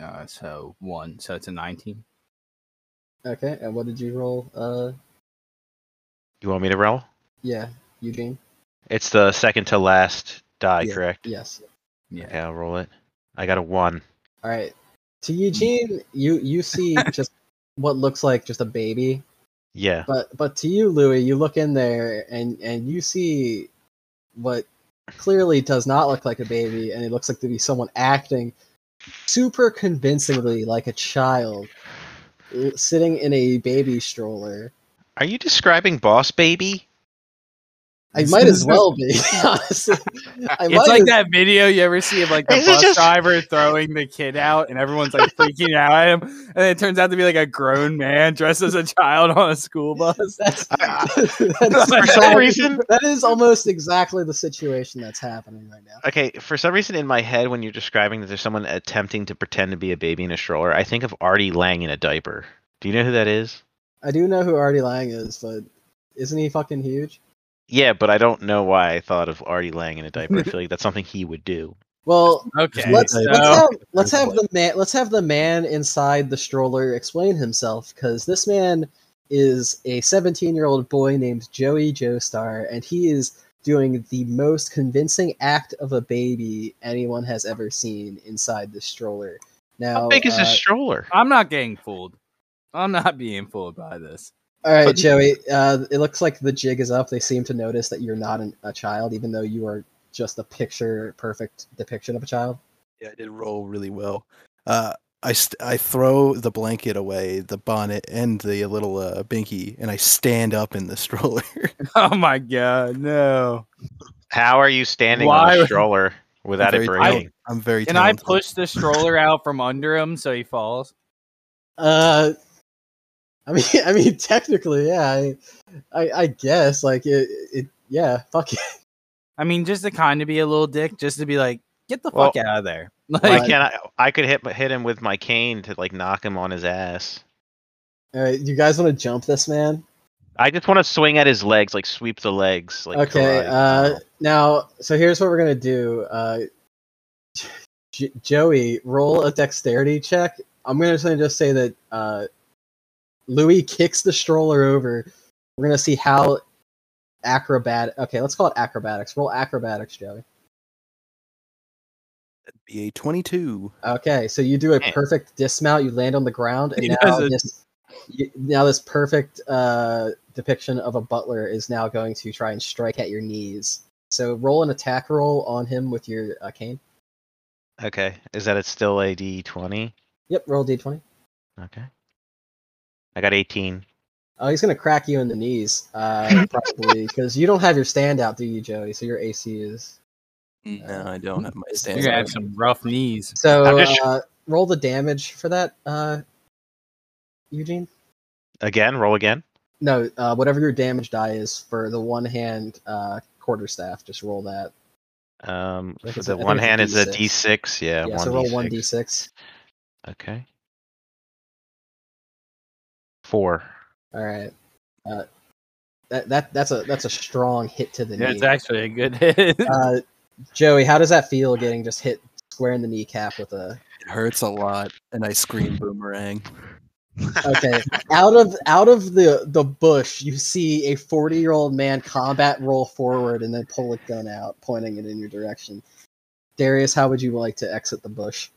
[SPEAKER 6] Uh, so one. So it's a 19.
[SPEAKER 2] Okay. And what did you roll? Uh,
[SPEAKER 5] You want me to roll?
[SPEAKER 2] yeah, Eugene.
[SPEAKER 5] It's the second to last die,
[SPEAKER 1] Yeah,
[SPEAKER 5] correct?
[SPEAKER 2] Yes.
[SPEAKER 6] Yeah.
[SPEAKER 5] Okay, I'll roll it. I got a one.
[SPEAKER 2] All right. To Eugene, you you see just what looks like just a baby,
[SPEAKER 5] Yeah.
[SPEAKER 2] but but to you, Louis, you look in there and and you see what clearly does not look like a baby, and it looks like to be someone acting super convincingly like a child, l- sitting in a baby stroller.
[SPEAKER 5] Are you describing Boss Baby?
[SPEAKER 2] I might as well be honestly. I
[SPEAKER 6] it's
[SPEAKER 2] might
[SPEAKER 6] like
[SPEAKER 2] as-
[SPEAKER 6] that video you ever see of like the
[SPEAKER 5] This is
[SPEAKER 6] bus
[SPEAKER 5] just-
[SPEAKER 6] driver throwing the kid out and everyone's like freaking out at him and it turns out to be like a grown man dressed as a child on a school bus
[SPEAKER 2] That's,
[SPEAKER 5] I-
[SPEAKER 2] that's
[SPEAKER 5] For some
[SPEAKER 2] exactly-
[SPEAKER 5] reason,
[SPEAKER 2] that is almost exactly the situation that's happening right now.
[SPEAKER 5] okay. For some reason, in my head, when you're describing that there's someone attempting to pretend to be a baby in a stroller, I think of Artie Lang in a diaper. Do you know who that is?
[SPEAKER 2] I do know who Artie Lang is, but isn't he fucking huge?
[SPEAKER 5] Yeah, but I don't know why I thought of Artie Lang in a diaper. I feel like that's something he would do.
[SPEAKER 2] Well,
[SPEAKER 6] okay
[SPEAKER 2] let's
[SPEAKER 6] so,
[SPEAKER 2] let's have let's have the man let's have the man inside the stroller explain himself because this man is a 17 year old boy named Joey Joestar, and he is doing the most convincing act of a baby anyone has ever seen inside the stroller. Now,
[SPEAKER 5] How big is
[SPEAKER 2] uh,
[SPEAKER 5] this stroller?
[SPEAKER 6] i'm not getting fooled i'm not being fooled by this
[SPEAKER 2] All right,
[SPEAKER 6] But-
[SPEAKER 2] Joey. Uh, it looks like the jig is up. They seem to notice that you're not an, a child, even though you are just a picture perfect depiction of a child.
[SPEAKER 1] Yeah, I did roll really well. Uh, I st- I throw the blanket away, the bonnet, and the little uh, binky, and I stand up in the stroller.
[SPEAKER 6] oh my god no
[SPEAKER 5] How are you standing
[SPEAKER 6] Why
[SPEAKER 5] on a
[SPEAKER 6] would-
[SPEAKER 5] stroller without
[SPEAKER 1] I'm
[SPEAKER 5] it
[SPEAKER 1] very
[SPEAKER 5] breaking?
[SPEAKER 1] tal- I'm very.
[SPEAKER 6] can i
[SPEAKER 1] talented.
[SPEAKER 6] push the stroller out from under him so he falls
[SPEAKER 2] Uh, I mean, I mean, technically, yeah. I, I, I guess, like, it, it, yeah. Fuck it.
[SPEAKER 6] i mean just to kind of be a little dick just to be like get the
[SPEAKER 5] Well-
[SPEAKER 6] fuck out of there
[SPEAKER 5] Why
[SPEAKER 6] like
[SPEAKER 2] Right.
[SPEAKER 5] can't I? I could hit hit him with my cane to like knock him on his ass.
[SPEAKER 2] All right, you guys want to jump this man?
[SPEAKER 5] I just want to swing at his legs, like sweep the legs. Like
[SPEAKER 2] okay.
[SPEAKER 5] karate, you
[SPEAKER 2] Uh,
[SPEAKER 5] know.
[SPEAKER 2] now, so here's what we're gonna do. Uh, J- Joey, roll a dexterity check. I'm gonna just- just say that uh, Louis kicks the stroller over. We're gonna see how acrobat. Okay, let's call it acrobatics. Roll acrobatics, Joey.
[SPEAKER 1] That'd Be a twenty-two.
[SPEAKER 2] Okay, so you do a
[SPEAKER 5] Okay.
[SPEAKER 2] perfect dismount. You land on the ground, and
[SPEAKER 6] He
[SPEAKER 2] now
[SPEAKER 6] does it.
[SPEAKER 2] this you, now this perfect uh, depiction of a butler is now going to try and strike at your knees. So roll an attack roll on him with your uh, cane.
[SPEAKER 5] Okay. Is that it's still a D twenty?
[SPEAKER 2] Yep, roll d d20.
[SPEAKER 5] Okay. I got eighteen.
[SPEAKER 2] Oh, he's gonna crack you in the knees, uh, probably, because you don't have your standout, do you, Joey? So your AC is
[SPEAKER 1] No, I don't have my
[SPEAKER 6] you're
[SPEAKER 1] stand.
[SPEAKER 6] gonna Mm. have some rough knees
[SPEAKER 2] so.
[SPEAKER 5] I'm just-
[SPEAKER 2] Uh, roll the damage for that, uh, Eugene.
[SPEAKER 5] Again, roll again.
[SPEAKER 2] No, uh, whatever your damage die is for the one hand uh, quarterstaff, just roll that.
[SPEAKER 5] Um,
[SPEAKER 2] think
[SPEAKER 5] for
[SPEAKER 2] it's a-
[SPEAKER 5] the
[SPEAKER 2] I think
[SPEAKER 5] one
[SPEAKER 2] it's a
[SPEAKER 5] hand is a D
[SPEAKER 2] D6.
[SPEAKER 5] six. Yeah,
[SPEAKER 2] yeah,
[SPEAKER 5] one
[SPEAKER 2] so roll
[SPEAKER 5] D6.
[SPEAKER 2] one d six.
[SPEAKER 5] Okay. Four.
[SPEAKER 2] All right. Uh, that that that's a that's a strong hit to the
[SPEAKER 6] yeah,
[SPEAKER 2] knee.
[SPEAKER 6] it's actually a good hit
[SPEAKER 2] Uh, Joey, how does that feel getting just hit square in the kneecap with a
[SPEAKER 1] It hurts a lot, and I scream boomerang.
[SPEAKER 2] okay out of out of the the bush you see a 40 year old man combat roll forward and then pull a gun out pointing it in your direction darius how would you like to exit the bush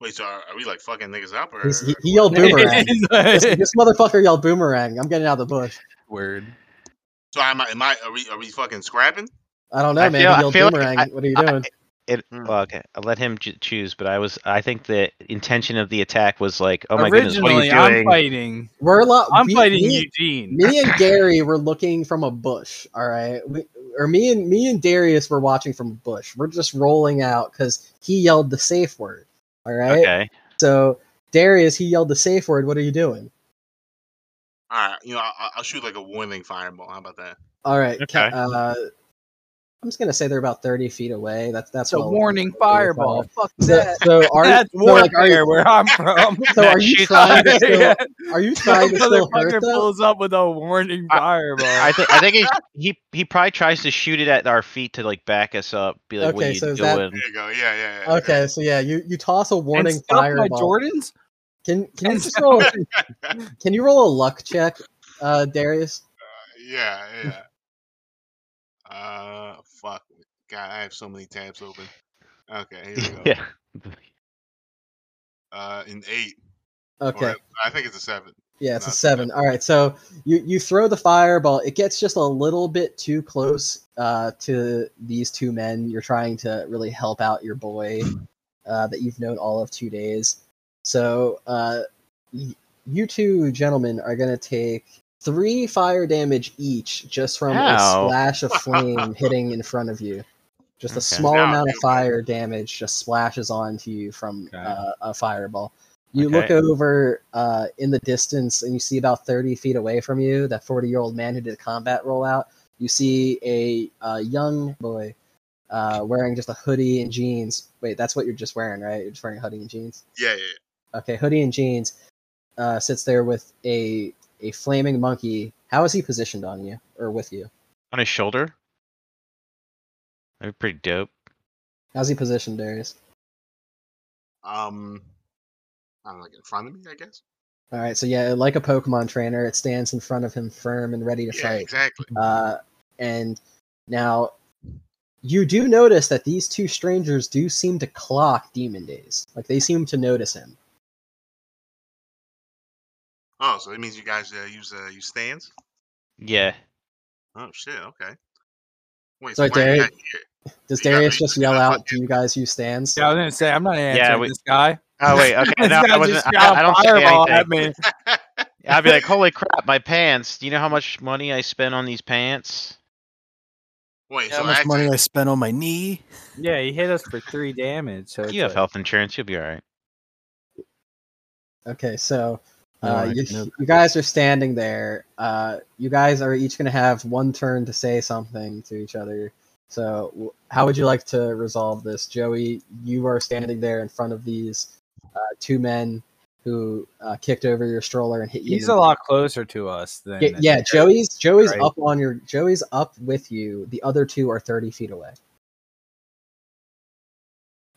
[SPEAKER 3] Wait, so are, are we like fucking niggas up or?
[SPEAKER 2] He's, he, he yelled boomerang
[SPEAKER 6] It's
[SPEAKER 2] this,
[SPEAKER 6] like-
[SPEAKER 2] this motherfucker yelled boomerang i'm getting out of the bush
[SPEAKER 4] Word.
[SPEAKER 3] so am I? Am I? Are we? Are we fucking scrapping?
[SPEAKER 2] i don't know
[SPEAKER 5] I
[SPEAKER 2] man
[SPEAKER 5] feel- I
[SPEAKER 2] he yelled
[SPEAKER 5] feel like
[SPEAKER 2] boomerang
[SPEAKER 5] I-
[SPEAKER 2] what are you
[SPEAKER 5] I-
[SPEAKER 2] doing
[SPEAKER 5] It,
[SPEAKER 3] Hmm.
[SPEAKER 5] well, okay, I'll let him j- choose, but I was, I think the intention of the attack was like, oh my goodness, what are
[SPEAKER 6] Originally,
[SPEAKER 5] you
[SPEAKER 6] I'm
[SPEAKER 5] doing?
[SPEAKER 6] fighting.
[SPEAKER 2] we're a lot
[SPEAKER 6] I'm
[SPEAKER 2] we-
[SPEAKER 6] fighting
[SPEAKER 2] me-
[SPEAKER 6] Eugene.
[SPEAKER 2] me and gary were looking from a bush all right we, or me and me and Darius were watching from a bush. We're just rolling out because he yelled the safe word. All right.
[SPEAKER 5] Okay.
[SPEAKER 2] So Darius, he yelled the safe word. What are you doing?
[SPEAKER 3] All right, you know, I, I'll shoot like a warning fireball. How about that?
[SPEAKER 2] All right.
[SPEAKER 5] Okay.
[SPEAKER 2] ca- Uh, I'm just gonna say they're about thirty feet away. That's that's
[SPEAKER 6] It's a
[SPEAKER 2] what I'll-
[SPEAKER 6] warning
[SPEAKER 2] that's what I'll
[SPEAKER 6] fireball.
[SPEAKER 2] call
[SPEAKER 6] Fuck
[SPEAKER 2] it. So,
[SPEAKER 6] that.
[SPEAKER 2] so are
[SPEAKER 6] That's
[SPEAKER 2] so like, are
[SPEAKER 6] warfare
[SPEAKER 2] you,
[SPEAKER 6] where I'm from.
[SPEAKER 2] so are you
[SPEAKER 5] She's
[SPEAKER 2] trying to still,
[SPEAKER 6] Yeah.
[SPEAKER 2] are you trying to still
[SPEAKER 6] Motherfucker
[SPEAKER 2] hurt them?
[SPEAKER 6] pulls up with a warning
[SPEAKER 5] I-
[SPEAKER 6] fireball.
[SPEAKER 5] I think I think he, he he probably tries to shoot it at our feet to like back us up. Be like, what
[SPEAKER 2] Okay,
[SPEAKER 5] are you
[SPEAKER 2] so is that-
[SPEAKER 5] doing?
[SPEAKER 3] There you go. Yeah, yeah. yeah
[SPEAKER 2] Mm. Okay, so yeah, you, you toss a
[SPEAKER 6] And
[SPEAKER 2] warning
[SPEAKER 6] stuff by
[SPEAKER 2] fireball.
[SPEAKER 6] Jordans.
[SPEAKER 2] Can can you
[SPEAKER 6] And
[SPEAKER 2] just roll, can you roll a luck check, uh, Darius?
[SPEAKER 3] Yeah, yeah. Uh, fuck. God, I have so many tabs open. Okay, here we go.
[SPEAKER 5] yeah.
[SPEAKER 3] Uh, an eight. or
[SPEAKER 2] Okay.
[SPEAKER 3] a- I think it's a seven.
[SPEAKER 2] Yeah, it's a
[SPEAKER 3] Not
[SPEAKER 2] seven. All right, so you you throw the fireball. It gets just a little bit too close uh, to these two men. You're trying to really help out your boy uh, that you've known all of two days. So uh, y- you two gentlemen are gonna take three fire damage each just from a
[SPEAKER 5] Ow.
[SPEAKER 2] splash of flame hitting in front of you. Just a
[SPEAKER 5] Okay.
[SPEAKER 2] small
[SPEAKER 3] Ow,
[SPEAKER 2] amount of
[SPEAKER 3] dude.
[SPEAKER 2] fire damage just splashes onto you from
[SPEAKER 6] Okay.
[SPEAKER 2] uh, a fireball. You
[SPEAKER 5] Okay.
[SPEAKER 2] look over uh, in the distance and you see about 30 feet away from you that 40 year old man who did a combat rollout. You see a, uh young boy uh, wearing just a hoodie and jeans. Wait, that's what you're just wearing, right? You're just wearing a hoodie and jeans?
[SPEAKER 3] Yeah, yeah. yeah.
[SPEAKER 2] Okay, hoodie and jeans uh, sits there with a, a flaming monkey. How is he positioned on you or with you?
[SPEAKER 5] On his shoulder. That'd be pretty dope.
[SPEAKER 2] How's he positioned, Darius?
[SPEAKER 3] Um, I don't know, like in front of me, I guess.
[SPEAKER 2] All right, so yeah, like a Pokemon trainer, it stands in front of him firm and ready to
[SPEAKER 3] yeah,
[SPEAKER 2] fight.
[SPEAKER 3] exactly.
[SPEAKER 2] Uh, and now you do notice that these two strangers do seem to clock Demon Days. Like they seem to notice him.
[SPEAKER 3] Oh, so it means you guys uh, use uh, use stands.
[SPEAKER 5] Yeah.
[SPEAKER 3] Oh shit. Okay. Wait.
[SPEAKER 2] So,
[SPEAKER 3] So, why are you
[SPEAKER 2] Derek-
[SPEAKER 3] guys here?
[SPEAKER 2] Does
[SPEAKER 3] Yeah,
[SPEAKER 2] Darius
[SPEAKER 3] they-
[SPEAKER 2] just yell
[SPEAKER 3] they-
[SPEAKER 2] out, "Do you guys use stands?"
[SPEAKER 6] Yeah, I was gonna say I'm not answering
[SPEAKER 5] we-
[SPEAKER 6] this guy.
[SPEAKER 5] Oh wait. Okay.
[SPEAKER 6] This
[SPEAKER 5] No, I
[SPEAKER 6] guy
[SPEAKER 5] wasn't.
[SPEAKER 6] just
[SPEAKER 5] I,
[SPEAKER 6] shot
[SPEAKER 5] I
[SPEAKER 6] a
[SPEAKER 5] don't say
[SPEAKER 6] fireball at
[SPEAKER 5] anything.
[SPEAKER 6] me.
[SPEAKER 5] I'd be like, holy crap, my pants. Do you know how much money I spent on these pants?
[SPEAKER 3] Wait.
[SPEAKER 1] How
[SPEAKER 3] so
[SPEAKER 1] much
[SPEAKER 3] actually,
[SPEAKER 1] money I spent on my knee?
[SPEAKER 6] Yeah, he hit us for three damage. So it's
[SPEAKER 5] You have
[SPEAKER 6] like-
[SPEAKER 5] health insurance. You'll be all right.
[SPEAKER 2] Okay, so
[SPEAKER 1] No,
[SPEAKER 2] uh,
[SPEAKER 1] I
[SPEAKER 2] you,
[SPEAKER 1] know.
[SPEAKER 2] you guys are standing there. Uh, you guys are each going to have one turn to say something to each other. So, w- how would you like to resolve this, Joey? You are standing there in front of these uh, two men who uh, kicked over your stroller and hit you.
[SPEAKER 6] He's
[SPEAKER 2] in
[SPEAKER 6] a
[SPEAKER 2] the
[SPEAKER 6] lot closer to us than
[SPEAKER 2] Yeah, yeah, Joey's Joey's
[SPEAKER 6] Right.
[SPEAKER 2] up on your Joey's up with you. The other two are thirty feet away.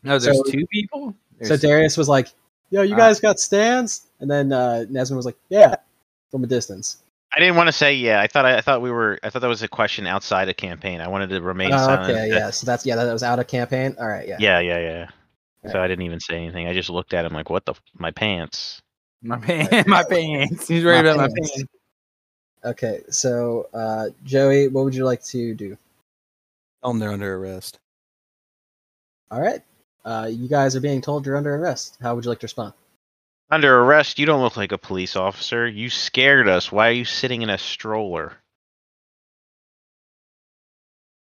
[SPEAKER 6] No, there's
[SPEAKER 2] so-
[SPEAKER 6] two people.
[SPEAKER 2] so
[SPEAKER 6] There's-
[SPEAKER 2] Darius was like, "Yo, you
[SPEAKER 6] Ah.
[SPEAKER 2] guys got stands," and then uh, Nesman was like, "Yeah," from a distance.
[SPEAKER 5] I didn't want to say yeah. I thought I, thought we were. I thought that was a question outside of campaign. I wanted to remain
[SPEAKER 2] Oh,
[SPEAKER 5] silent.
[SPEAKER 2] okay, yeah. So that's yeah, that was out of campaign. All right, yeah.
[SPEAKER 5] Yeah, yeah, yeah. So I didn't even say anything. I just looked at him like, "What the? F- my pants."
[SPEAKER 6] my pants. My pants. He's right
[SPEAKER 2] My
[SPEAKER 6] about my
[SPEAKER 2] pants.
[SPEAKER 6] pants.
[SPEAKER 2] Okay, so uh, Joey, what would you like to do?
[SPEAKER 1] Tell them they're under arrest.
[SPEAKER 2] All right, uh, you guys are being told you're under arrest. How would you like to respond?
[SPEAKER 5] Under arrest. You don't look like a police officer. You scared us. Why are you sitting in a stroller?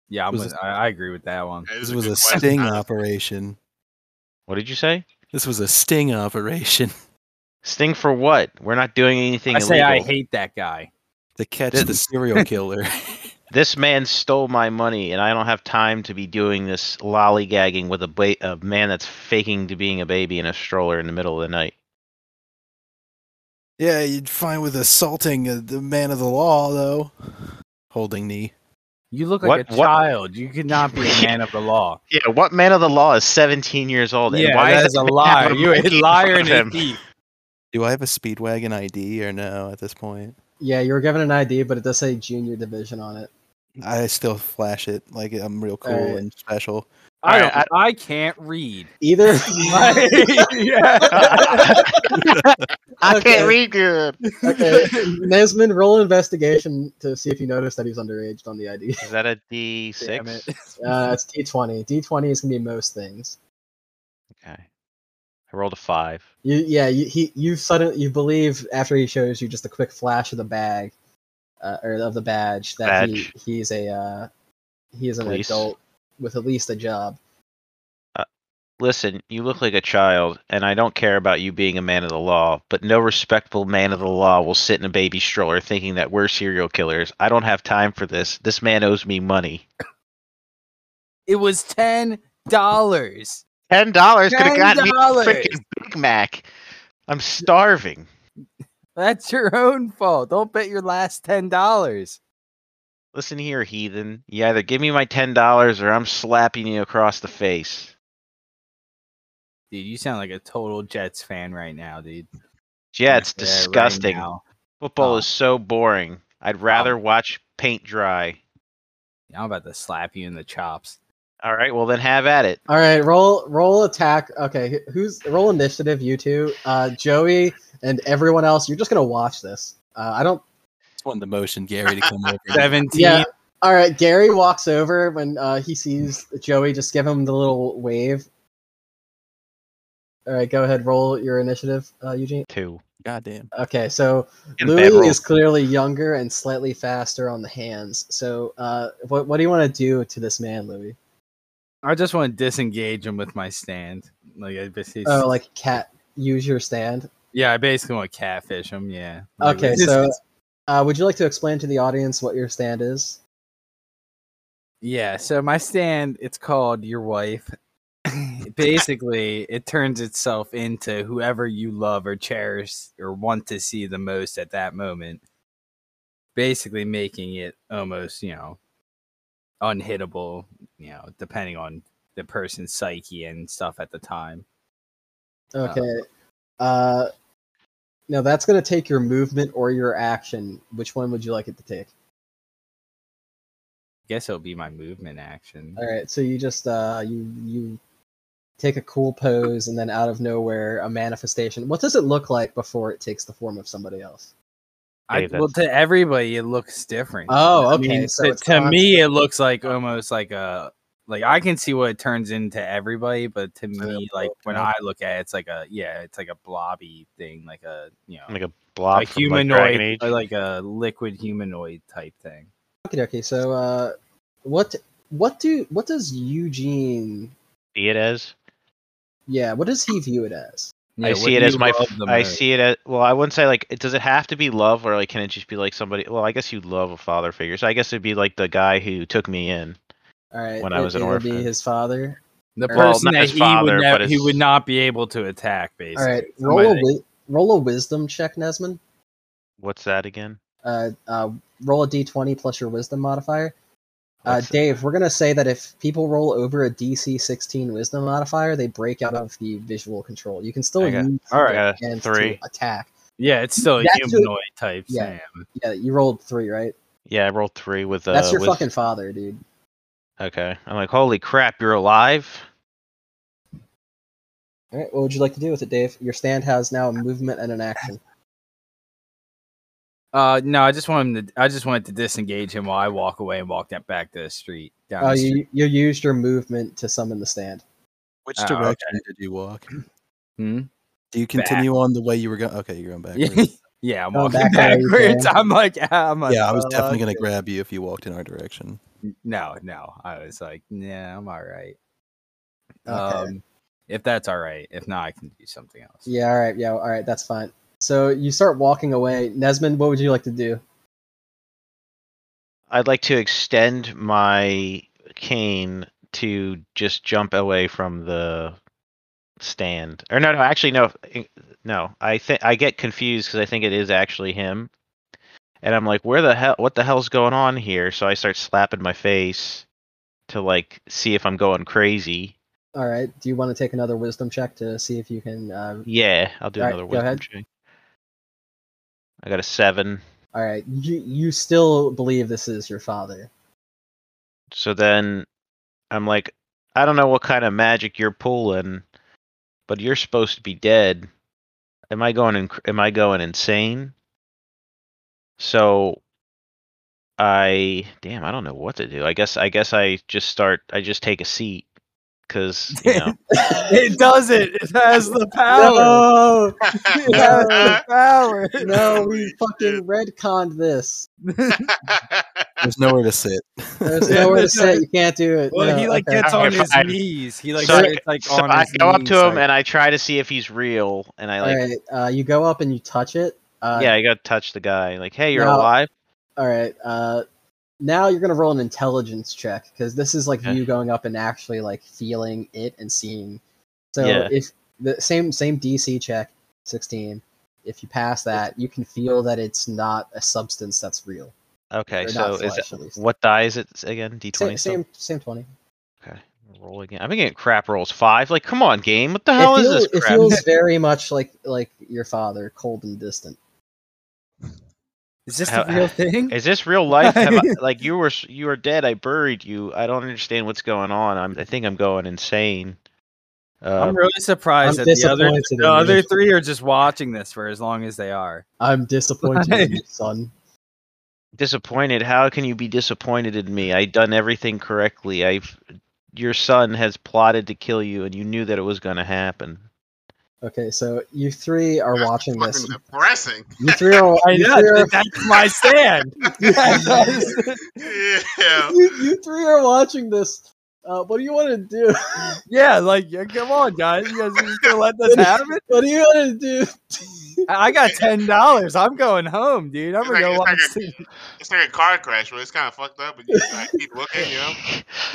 [SPEAKER 6] Yeah, I'm
[SPEAKER 1] Was
[SPEAKER 6] with,
[SPEAKER 1] this-
[SPEAKER 6] I, I agree with that one.
[SPEAKER 3] that
[SPEAKER 1] This
[SPEAKER 3] is
[SPEAKER 1] was
[SPEAKER 3] good
[SPEAKER 1] a
[SPEAKER 3] question.
[SPEAKER 1] sting
[SPEAKER 3] Uh,
[SPEAKER 1] operation.
[SPEAKER 5] What did you say?
[SPEAKER 1] This was a sting operation
[SPEAKER 5] Sting for what? We're not doing anything
[SPEAKER 6] I say
[SPEAKER 5] illegal.
[SPEAKER 6] I hate that guy.
[SPEAKER 1] to catch
[SPEAKER 5] Did-
[SPEAKER 1] the serial killer.
[SPEAKER 5] this man stole my money, and I don't have time to be doing this lollygagging with a, ba- a man that's faking to being a baby in a stroller in the middle of the night.
[SPEAKER 1] yeah, you'd find with assaulting uh, the man of the law, though. Holding knee.
[SPEAKER 6] You look like
[SPEAKER 5] What-
[SPEAKER 6] a
[SPEAKER 5] what-
[SPEAKER 6] child. You could not be a man of the law.
[SPEAKER 5] Yeah, what man of the law is 17 years old? And
[SPEAKER 6] yeah,
[SPEAKER 5] why
[SPEAKER 6] that
[SPEAKER 5] is
[SPEAKER 6] is a
[SPEAKER 5] man
[SPEAKER 6] liar.
[SPEAKER 5] have
[SPEAKER 6] You a
[SPEAKER 5] monkey in
[SPEAKER 6] liar
[SPEAKER 5] front
[SPEAKER 6] and
[SPEAKER 5] of
[SPEAKER 6] a
[SPEAKER 5] him?
[SPEAKER 6] thief.
[SPEAKER 1] Do I have a Speedwagon ID or no at this point?
[SPEAKER 2] Yeah, you were given an ID, but it does say junior division on it.
[SPEAKER 1] I still flash it like I'm real cool
[SPEAKER 2] Alright.
[SPEAKER 1] and special.
[SPEAKER 6] I,
[SPEAKER 5] Alright,
[SPEAKER 6] don't, I, can't read.
[SPEAKER 2] Either
[SPEAKER 6] yeah.
[SPEAKER 5] I
[SPEAKER 2] Okay.
[SPEAKER 5] can't read good.
[SPEAKER 2] okay, Nesman, roll investigation to see if you notice that he's underaged on the ID.
[SPEAKER 5] Is that a D6?
[SPEAKER 6] Damn it.
[SPEAKER 2] Uh, it's D twenty. D twenty is gonna be most things.
[SPEAKER 5] Okay. I rolled a 5.
[SPEAKER 2] You, yeah, you, he, you suddenly you believe after he shows you just a quick flash of the bag, uh, or of the badge that he
[SPEAKER 5] Badge.
[SPEAKER 2] he's a uh, He is an
[SPEAKER 5] Police.
[SPEAKER 2] adult with at least a job.
[SPEAKER 5] Listen, you look like a child, and I don't care about you being a man of the law, but no respectable man of the law will sit in a baby stroller thinking that we're serial killers. I don't have time for this. This man owes me money.
[SPEAKER 6] It was ten dollars.
[SPEAKER 5] Ten dollars could have gotten me a
[SPEAKER 6] $10.
[SPEAKER 5] freaking Big Mac. I'm starving.
[SPEAKER 6] That's your own fault. Don't bet your last ten dollars.
[SPEAKER 5] Listen here, heathen. You either give me my ten dollars or I'm slapping you across the face.
[SPEAKER 6] Dude, you sound like a total Jets fan right now, dude.
[SPEAKER 5] Yeah, it's
[SPEAKER 6] Yeah, right
[SPEAKER 5] disgusting.
[SPEAKER 6] now.
[SPEAKER 5] Football
[SPEAKER 6] Oh.
[SPEAKER 5] is so boring. I'd rather watch paint dry.
[SPEAKER 6] I'm about to slap you in the chops.
[SPEAKER 5] All right, well then have at it.
[SPEAKER 2] All right, roll roll attack. Okay, wh- who's roll initiative? You two, uh, Joey, and everyone else. You're just gonna watch this. Uh, I don't.
[SPEAKER 1] Just wanted the motion Gary to come over.
[SPEAKER 6] Seventeen.
[SPEAKER 2] Yeah. All right, Gary walks over when uh, he sees Joey. Just give him the little wave. All right, go ahead. Roll your initiative, uh, Eugene.
[SPEAKER 5] Two.
[SPEAKER 1] Goddamn.
[SPEAKER 2] Okay, so
[SPEAKER 5] In
[SPEAKER 2] Louis
[SPEAKER 5] bedroll.
[SPEAKER 2] is clearly younger and slightly faster on the hands. So, uh, what what do you want to do to this man, Louis?
[SPEAKER 6] I just want to disengage him with my stand. Like I basically,
[SPEAKER 2] Oh, like cat, use your stand.
[SPEAKER 6] yeah, I basically want to catfish him. Yeah. Like,
[SPEAKER 2] Okay,
[SPEAKER 6] this
[SPEAKER 2] so
[SPEAKER 6] is-
[SPEAKER 2] uh, would you like to explain to the audience what your stand is?
[SPEAKER 6] yeah, so my stand it's called your wife. basically, it turns itself into whoever you love or cherish or want to see the most at that moment. Basically, making it almost you know unhittable. You know, depending on the person's psyche and stuff at the time.
[SPEAKER 2] Okay. Uh, now that's going to take your movement or your action. Which one would you like it to take?
[SPEAKER 6] guess it'll be my movement action.
[SPEAKER 2] All right, so you just uh, you you take a cool pose, and then out of nowhere, a manifestation. What does it look like before it takes the form of somebody else?
[SPEAKER 6] I,
[SPEAKER 5] Hey,
[SPEAKER 6] well, to everybody, it looks different.
[SPEAKER 2] Oh,
[SPEAKER 6] I
[SPEAKER 2] okay,
[SPEAKER 6] mean,
[SPEAKER 2] so
[SPEAKER 6] to,
[SPEAKER 2] it's
[SPEAKER 6] to me,
[SPEAKER 2] constant.
[SPEAKER 6] it looks like almost like a like I can see what it turns into everybody, but to me, like when I look at it, it's like a yeah, it's like a blobby thing, like a you know,
[SPEAKER 5] like a blob
[SPEAKER 6] a
[SPEAKER 5] from, like, Dragon
[SPEAKER 6] humanoid,
[SPEAKER 5] Age.
[SPEAKER 6] or like a liquid humanoid type thing.
[SPEAKER 2] Okay, okay. So, uh, what what do what does Eugene?
[SPEAKER 5] see it as
[SPEAKER 2] Yeah, what does he view it as?
[SPEAKER 5] I
[SPEAKER 6] Yeah, what
[SPEAKER 5] see it
[SPEAKER 6] do
[SPEAKER 5] as
[SPEAKER 6] you
[SPEAKER 5] my
[SPEAKER 6] love
[SPEAKER 5] f-
[SPEAKER 6] the
[SPEAKER 5] I
[SPEAKER 6] most?
[SPEAKER 5] see it as well. I wouldn't say like it- does it have to be love or like can it just be like somebody? Well, I guess you love a father figure, so I guess it'd be like the guy who took me in.
[SPEAKER 2] All right,
[SPEAKER 5] When I
[SPEAKER 2] it-
[SPEAKER 5] was an
[SPEAKER 2] it'll be
[SPEAKER 5] orphan.
[SPEAKER 2] his father.
[SPEAKER 6] the
[SPEAKER 2] well,
[SPEAKER 6] person
[SPEAKER 5] not
[SPEAKER 6] that
[SPEAKER 5] his
[SPEAKER 6] he
[SPEAKER 5] father, but
[SPEAKER 6] would never, he
[SPEAKER 5] it's-
[SPEAKER 6] would not be able to attack. Basically,
[SPEAKER 2] All right,
[SPEAKER 6] Somebody
[SPEAKER 2] roll a
[SPEAKER 6] that-
[SPEAKER 2] wi- roll a wisdom check, Nesman.
[SPEAKER 5] What's that again?
[SPEAKER 2] Uh, uh, roll a d20 plus your wisdom modifier. Uh,
[SPEAKER 5] What's-
[SPEAKER 2] Dave, we're gonna say that if people roll over a DC 16 Wisdom modifier, they break out of the visual control. You can still
[SPEAKER 5] I got-
[SPEAKER 2] use
[SPEAKER 6] all right,
[SPEAKER 5] I got a
[SPEAKER 2] hands
[SPEAKER 5] three.
[SPEAKER 2] to attack.
[SPEAKER 6] yeah, it's still a
[SPEAKER 2] That's who-
[SPEAKER 6] humanoid type.
[SPEAKER 2] yeah.
[SPEAKER 6] Sam.
[SPEAKER 2] Yeah, you rolled three, right?
[SPEAKER 5] Yeah, I rolled three with. Uh,
[SPEAKER 2] That's your
[SPEAKER 5] with-
[SPEAKER 2] fucking father, dude.
[SPEAKER 5] Okay, I'm like, holy crap, you're alive.
[SPEAKER 2] All right, what would you like to do with it, Dave? Your stand has now a movement and an action.
[SPEAKER 6] Uh, no, I just want him to. I just wanted to disengage him while I walk away and walk that back to the street. Down
[SPEAKER 2] Oh,
[SPEAKER 6] the street.
[SPEAKER 2] you you used your movement to summon the stand.
[SPEAKER 1] Which
[SPEAKER 6] Oh,
[SPEAKER 1] direction did you walk?
[SPEAKER 6] Hmm?
[SPEAKER 1] Ah, Do you continue on the way you were going? Okay, you're going backwards.
[SPEAKER 6] Yeah, yeah, I'm
[SPEAKER 2] Going
[SPEAKER 6] walking
[SPEAKER 2] back alley,
[SPEAKER 6] backwards.
[SPEAKER 2] Dan.
[SPEAKER 6] I'm like, ah, I'm like,
[SPEAKER 1] yeah, I was
[SPEAKER 6] fuck
[SPEAKER 1] definitely going
[SPEAKER 6] it.
[SPEAKER 1] to grab you if you walked in our direction.
[SPEAKER 6] No, no, I was like, nah, I'm all right.
[SPEAKER 2] Okay.
[SPEAKER 6] Um, if that's all right. If not, I can do something else.
[SPEAKER 2] Yeah, all right, yeah, all right, that's fine. So you start walking away. Nesmond, what would you like to do?
[SPEAKER 5] I'd like to extend my cane to just jump away from the stand. Or no, no, actually no, i- no. I think I get confused because I think it is actually him, and I'm like, where the hell? What the hell's going on here? So I start slapping my face to like see if I'm going crazy.
[SPEAKER 2] All right, do you want to take another wisdom check to see if you can? Uh,
[SPEAKER 5] Yeah, I'll do
[SPEAKER 2] Alright,
[SPEAKER 5] another
[SPEAKER 2] go
[SPEAKER 5] wisdom
[SPEAKER 2] ahead.
[SPEAKER 5] check. I got a seven.
[SPEAKER 2] all right, you you still believe this is your father?
[SPEAKER 5] So then I'm like, I don't know what kind of magic you're pulling, but you're supposed to be dead. Am I going in, am I going insane? So I damn, I don't know what to do. I guess I guess I just start I just take a seat because you know
[SPEAKER 6] it does it. It has the power.
[SPEAKER 2] No,
[SPEAKER 6] It has the power.
[SPEAKER 2] no, we fucking redconned this.
[SPEAKER 1] There's nowhere to sit.
[SPEAKER 2] There's
[SPEAKER 6] Yeah,
[SPEAKER 2] nowhere to
[SPEAKER 6] that's
[SPEAKER 2] sit.
[SPEAKER 6] right.
[SPEAKER 2] You can't do it.
[SPEAKER 6] Well,
[SPEAKER 2] No,
[SPEAKER 6] he like
[SPEAKER 2] okay.
[SPEAKER 6] gets
[SPEAKER 5] Okay,
[SPEAKER 6] on his
[SPEAKER 5] fine.
[SPEAKER 6] knees. He like
[SPEAKER 5] So I-
[SPEAKER 6] gets, like
[SPEAKER 5] so
[SPEAKER 6] on
[SPEAKER 5] I
[SPEAKER 6] his
[SPEAKER 5] go up
[SPEAKER 6] knees,
[SPEAKER 5] to him
[SPEAKER 6] like-
[SPEAKER 5] and I try to see if he's real, and I
[SPEAKER 2] All
[SPEAKER 5] like,
[SPEAKER 2] right, uh, you go up and you touch it. Uh,
[SPEAKER 5] yeah, I gotta touch the guy, like, hey, you're
[SPEAKER 2] No.
[SPEAKER 5] alive.
[SPEAKER 2] All right. Uh, now you're gonna roll an intelligence check because this is like
[SPEAKER 5] Okay.
[SPEAKER 2] you going up and actually like feeling it and seeing. So
[SPEAKER 5] Yeah.
[SPEAKER 2] if the same same DC check, sixteen. If you pass that, you can feel that it's not a substance that's real.
[SPEAKER 5] Okay,
[SPEAKER 2] Or
[SPEAKER 5] so
[SPEAKER 2] not
[SPEAKER 5] is it,
[SPEAKER 2] flesh, at least.
[SPEAKER 5] what die is it again? D
[SPEAKER 2] same
[SPEAKER 5] twenty.
[SPEAKER 2] same, same twenty?
[SPEAKER 5] Okay, roll again. I've been getting crap rolls. Five. Like, come on, game. What the
[SPEAKER 2] It
[SPEAKER 5] hell is
[SPEAKER 2] feels-
[SPEAKER 5] this
[SPEAKER 2] It
[SPEAKER 5] crap?
[SPEAKER 2] feels very much like like your father, cold and distant.
[SPEAKER 6] Is this
[SPEAKER 5] How-
[SPEAKER 6] the real thing?
[SPEAKER 5] Is this real life? Have I, like you were s- you were dead. I buried you. I don't understand what's going on. I'm, I think I'm going insane. Um,
[SPEAKER 6] I'm really surprised
[SPEAKER 2] I'm
[SPEAKER 6] that the other
[SPEAKER 2] disappointed in
[SPEAKER 6] the other
[SPEAKER 2] you.
[SPEAKER 6] three are just watching this for as long as they are.
[SPEAKER 2] I'm disappointed, in you, son.
[SPEAKER 5] disappointed. How can you be disappointed in me? I done everything correctly. I've your son has plotted to kill you, and you knew that it was going to happen.
[SPEAKER 2] Okay, so you three are watching
[SPEAKER 3] Fucking
[SPEAKER 2] this.
[SPEAKER 3] depressing.
[SPEAKER 2] You three are.
[SPEAKER 6] I
[SPEAKER 2] you
[SPEAKER 6] know,
[SPEAKER 2] three are-
[SPEAKER 6] that's my stand.
[SPEAKER 3] yeah.
[SPEAKER 2] you, you three are watching this. Uh, what do you want to do?
[SPEAKER 6] yeah, like yeah, come on, guys. You guys are just gonna let this happen?
[SPEAKER 2] what do you want to do?
[SPEAKER 6] I I got ten dollars. I'm going home, dude. I'm
[SPEAKER 3] It's like,
[SPEAKER 6] gonna go
[SPEAKER 3] it's,
[SPEAKER 6] watch.
[SPEAKER 3] like a, it's like a car crash where it's kind of fucked up, and you just, like, keep looking, you know.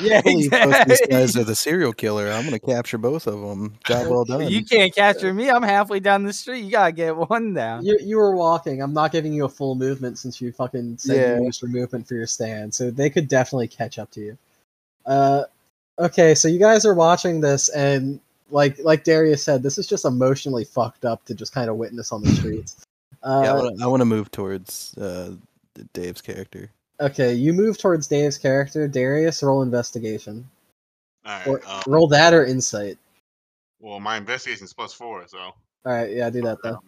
[SPEAKER 6] Yeah,
[SPEAKER 1] Holy fuck, these
[SPEAKER 6] exactly.
[SPEAKER 1] guys are the serial killer. I'm gonna capture both of them. Job well done.
[SPEAKER 6] You can't capture me. I'm halfway down the street. You gotta get one down.
[SPEAKER 2] you you were walking. I'm not giving you a full movement since you fucking said
[SPEAKER 1] Yeah.
[SPEAKER 2] you used your movement for your stand, so they could definitely catch up to you. Uh, okay, so you guys are watching this, and like like Darius said, this is just emotionally fucked up to just kind of witness on the streets. Uh,
[SPEAKER 1] yeah, I wanna- I want to move towards uh, Dave's character.
[SPEAKER 2] Okay, you move towards Dave's character, Darius. Roll investigation.
[SPEAKER 3] All
[SPEAKER 2] Or,
[SPEAKER 3] right. Um,
[SPEAKER 2] roll that or insight.
[SPEAKER 3] well, my investigation's plus four, so.
[SPEAKER 2] All right, yeah, do that though.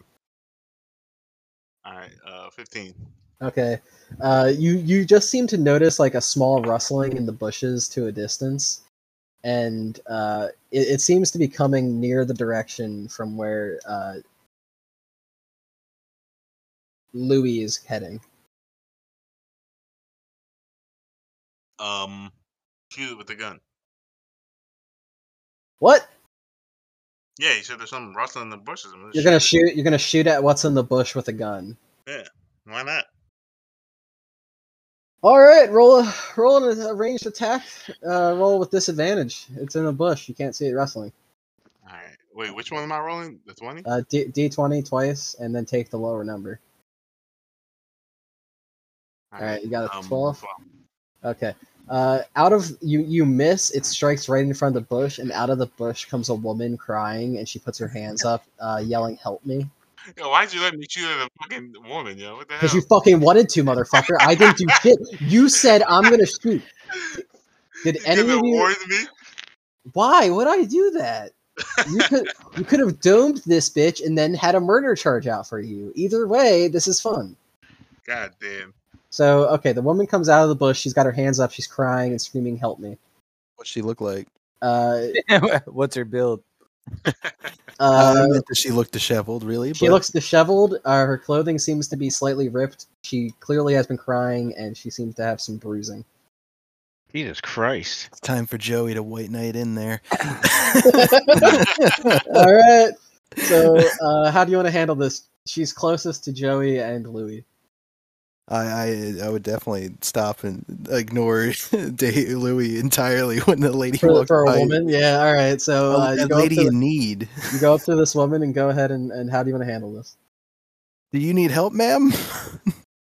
[SPEAKER 3] All right. Uh, fifteen.
[SPEAKER 2] Okay, uh, you you just seem to notice like a small rustling in the bushes to a distance, and uh, it, it seems to be coming near the direction from where uh, Louis is heading.
[SPEAKER 3] Um, shoot it with the gun.
[SPEAKER 2] What?
[SPEAKER 3] Yeah, you said there's something rustling in the bushes. I'm
[SPEAKER 2] You're gonna
[SPEAKER 3] shoot
[SPEAKER 2] shoot? You're gonna shoot at what's in the bush with a gun?
[SPEAKER 3] it. Why not?
[SPEAKER 2] All right, roll a roll an a ranged attack. Uh, roll with disadvantage. It's in a bush. You can't see it rustling.
[SPEAKER 3] All right. Wait, which one am I rolling? The twenty.
[SPEAKER 2] Uh, D D twenty twice, and then take the lower number.
[SPEAKER 3] All
[SPEAKER 2] right, you got a
[SPEAKER 3] um,
[SPEAKER 2] 12? Okay. Uh, out of you, you miss. It strikes right in front of the bush, and out of the bush comes a woman crying, and she puts her hands up, uh, yelling, "Help me!"
[SPEAKER 3] Yo, why'd you let me shoot at a fucking woman, yo? What the hell?
[SPEAKER 2] Because you fucking wanted to, motherfucker. I didn't do shit. You said I'm gonna shoot. Did
[SPEAKER 3] You
[SPEAKER 2] any
[SPEAKER 3] gonna
[SPEAKER 2] of you?
[SPEAKER 3] warn me?
[SPEAKER 2] Why would I do that? You could you could have domed this bitch and then had a murder charge out for you. Either way, this is fun.
[SPEAKER 3] God damn.
[SPEAKER 2] So okay, the woman comes out of the bush. She's got her hands up. She's crying and screaming, "Help me!"
[SPEAKER 1] What she look like?
[SPEAKER 2] Uh,
[SPEAKER 6] What's her build?
[SPEAKER 1] Uh,
[SPEAKER 2] uh,
[SPEAKER 1] she looked disheveled, really.
[SPEAKER 2] she
[SPEAKER 1] but-
[SPEAKER 2] looks disheveled. Uh, her clothing seems to be slightly ripped. She clearly has been crying, and she seems to have some bruising.
[SPEAKER 5] Jesus Christ!
[SPEAKER 1] It's time for Joey to white knight in there.
[SPEAKER 2] All right. So, uh, how do you want to handle this? She's closest to Joey and Louie.
[SPEAKER 1] I, I I would definitely stop and ignore Dave Louis entirely when the lady
[SPEAKER 2] For,
[SPEAKER 1] walked
[SPEAKER 2] for a
[SPEAKER 1] by.
[SPEAKER 2] woman, yeah. All right. So
[SPEAKER 1] Oh,
[SPEAKER 2] uh, you,
[SPEAKER 1] that
[SPEAKER 2] go up to,
[SPEAKER 1] lady
[SPEAKER 2] you
[SPEAKER 1] in need.
[SPEAKER 2] go up to this woman and go ahead and, and how do you want to handle this?
[SPEAKER 1] Do you need help, ma'am?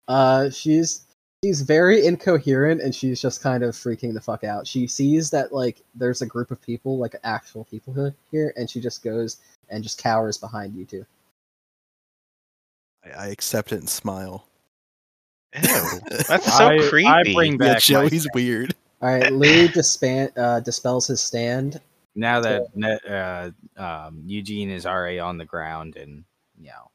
[SPEAKER 2] Uh, she's she's very incoherent and she's just kind of freaking the fuck out. She sees that like there's a group of people, like actual people he- here, and she just goes and just cowers behind you two.
[SPEAKER 1] I, I accept it and smile.
[SPEAKER 5] Ew, that's so
[SPEAKER 6] I- I
[SPEAKER 5] creepy.
[SPEAKER 6] bring
[SPEAKER 1] Yeah,
[SPEAKER 6] back my
[SPEAKER 1] Joey's weird.
[SPEAKER 2] All right, Louis dispan- uh, dispels his stand.
[SPEAKER 6] now that ne- uh, um, Eugene is already on the ground and you know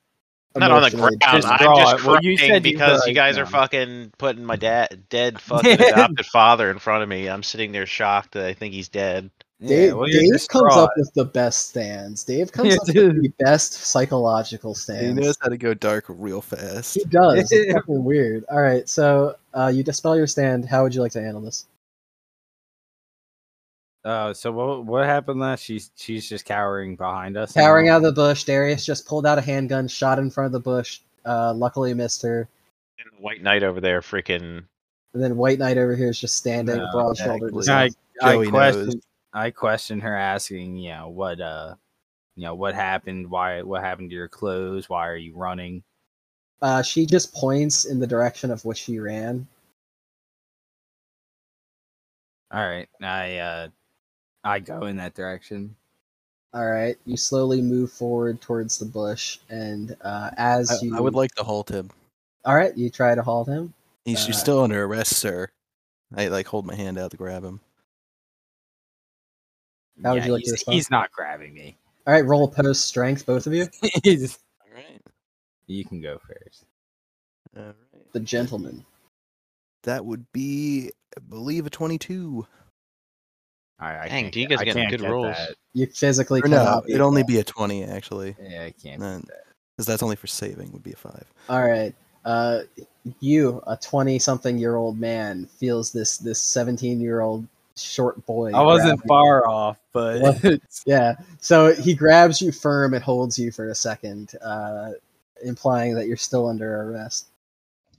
[SPEAKER 5] Not on the
[SPEAKER 2] emotionally
[SPEAKER 5] ground.
[SPEAKER 6] Just
[SPEAKER 5] I'm
[SPEAKER 6] draw
[SPEAKER 5] just
[SPEAKER 6] it. Well, you
[SPEAKER 5] crying
[SPEAKER 6] said you
[SPEAKER 5] because
[SPEAKER 6] were
[SPEAKER 5] you guys
[SPEAKER 6] right
[SPEAKER 5] are
[SPEAKER 6] now.
[SPEAKER 5] fucking putting my dad, dead fucking adopted father in front of me. I'm sitting there shocked that I think he's dead.
[SPEAKER 2] Dave,
[SPEAKER 6] well, you're
[SPEAKER 2] Dave comes
[SPEAKER 6] distraught.
[SPEAKER 2] up with the best stands. Dave comes
[SPEAKER 6] Yeah,
[SPEAKER 2] up with
[SPEAKER 6] dude.
[SPEAKER 2] the best psychological
[SPEAKER 1] He
[SPEAKER 2] stands.
[SPEAKER 1] knows how to go dark real fast.
[SPEAKER 2] He does. It's fucking weird. All right, so uh, you dispel your stand. How would you like to handle this?
[SPEAKER 6] Uh, so what what happened last? She's she's just cowering behind us. now.
[SPEAKER 2] Towering out of the bush, Darius just pulled out a handgun, shot in front of the bush. Uh, luckily, missed her.
[SPEAKER 5] And the White Knight over there, freaking.
[SPEAKER 2] And then White Knight over here is just standing,
[SPEAKER 6] No,
[SPEAKER 2] broad shouldered.
[SPEAKER 1] exactly.
[SPEAKER 6] I, I
[SPEAKER 1] Joey
[SPEAKER 6] question
[SPEAKER 1] knows.
[SPEAKER 6] I question her asking, you know, what uh you know, what happened, why what happened to your clothes, why are you running?
[SPEAKER 2] Uh, she just points in the direction of which she ran.
[SPEAKER 6] All right. I uh I go in that direction.
[SPEAKER 2] All right, you slowly move forward towards the bush, and uh, as
[SPEAKER 1] I,
[SPEAKER 2] you,
[SPEAKER 1] I would like to halt him.
[SPEAKER 2] All right, you try to halt him.
[SPEAKER 1] He's you're
[SPEAKER 2] Uh,
[SPEAKER 1] still under arrest, sir. I like hold my hand out to grab him.
[SPEAKER 2] How would you like to
[SPEAKER 6] he's,
[SPEAKER 2] respond?
[SPEAKER 6] he's not grabbing me.
[SPEAKER 2] All right, roll post strength, both of you.
[SPEAKER 6] He's-
[SPEAKER 1] All right.
[SPEAKER 6] you can go first.
[SPEAKER 1] All right.
[SPEAKER 2] The gentleman.
[SPEAKER 1] That would be, I believe, a 22.
[SPEAKER 6] All right. I
[SPEAKER 5] Dang,
[SPEAKER 6] can't
[SPEAKER 5] do you
[SPEAKER 6] get-
[SPEAKER 5] guys
[SPEAKER 6] I
[SPEAKER 5] getting
[SPEAKER 6] can't
[SPEAKER 5] good
[SPEAKER 6] get
[SPEAKER 5] rolls?
[SPEAKER 6] that.
[SPEAKER 2] You physically
[SPEAKER 1] Or no,
[SPEAKER 2] cannot beat
[SPEAKER 1] it'd only
[SPEAKER 2] that.
[SPEAKER 1] be a 20, actually.
[SPEAKER 6] Yeah, I can't.
[SPEAKER 1] Because that's only for saving, would be a 5.
[SPEAKER 2] All right. Uh, you, a twenty-something-year-old man, feels this this seventeen-year-old short boy.
[SPEAKER 6] I wasn't
[SPEAKER 2] grab you.
[SPEAKER 6] far off, but
[SPEAKER 2] Yeah. So he grabs you firm and holds you for a second, uh, implying that you're still under arrest.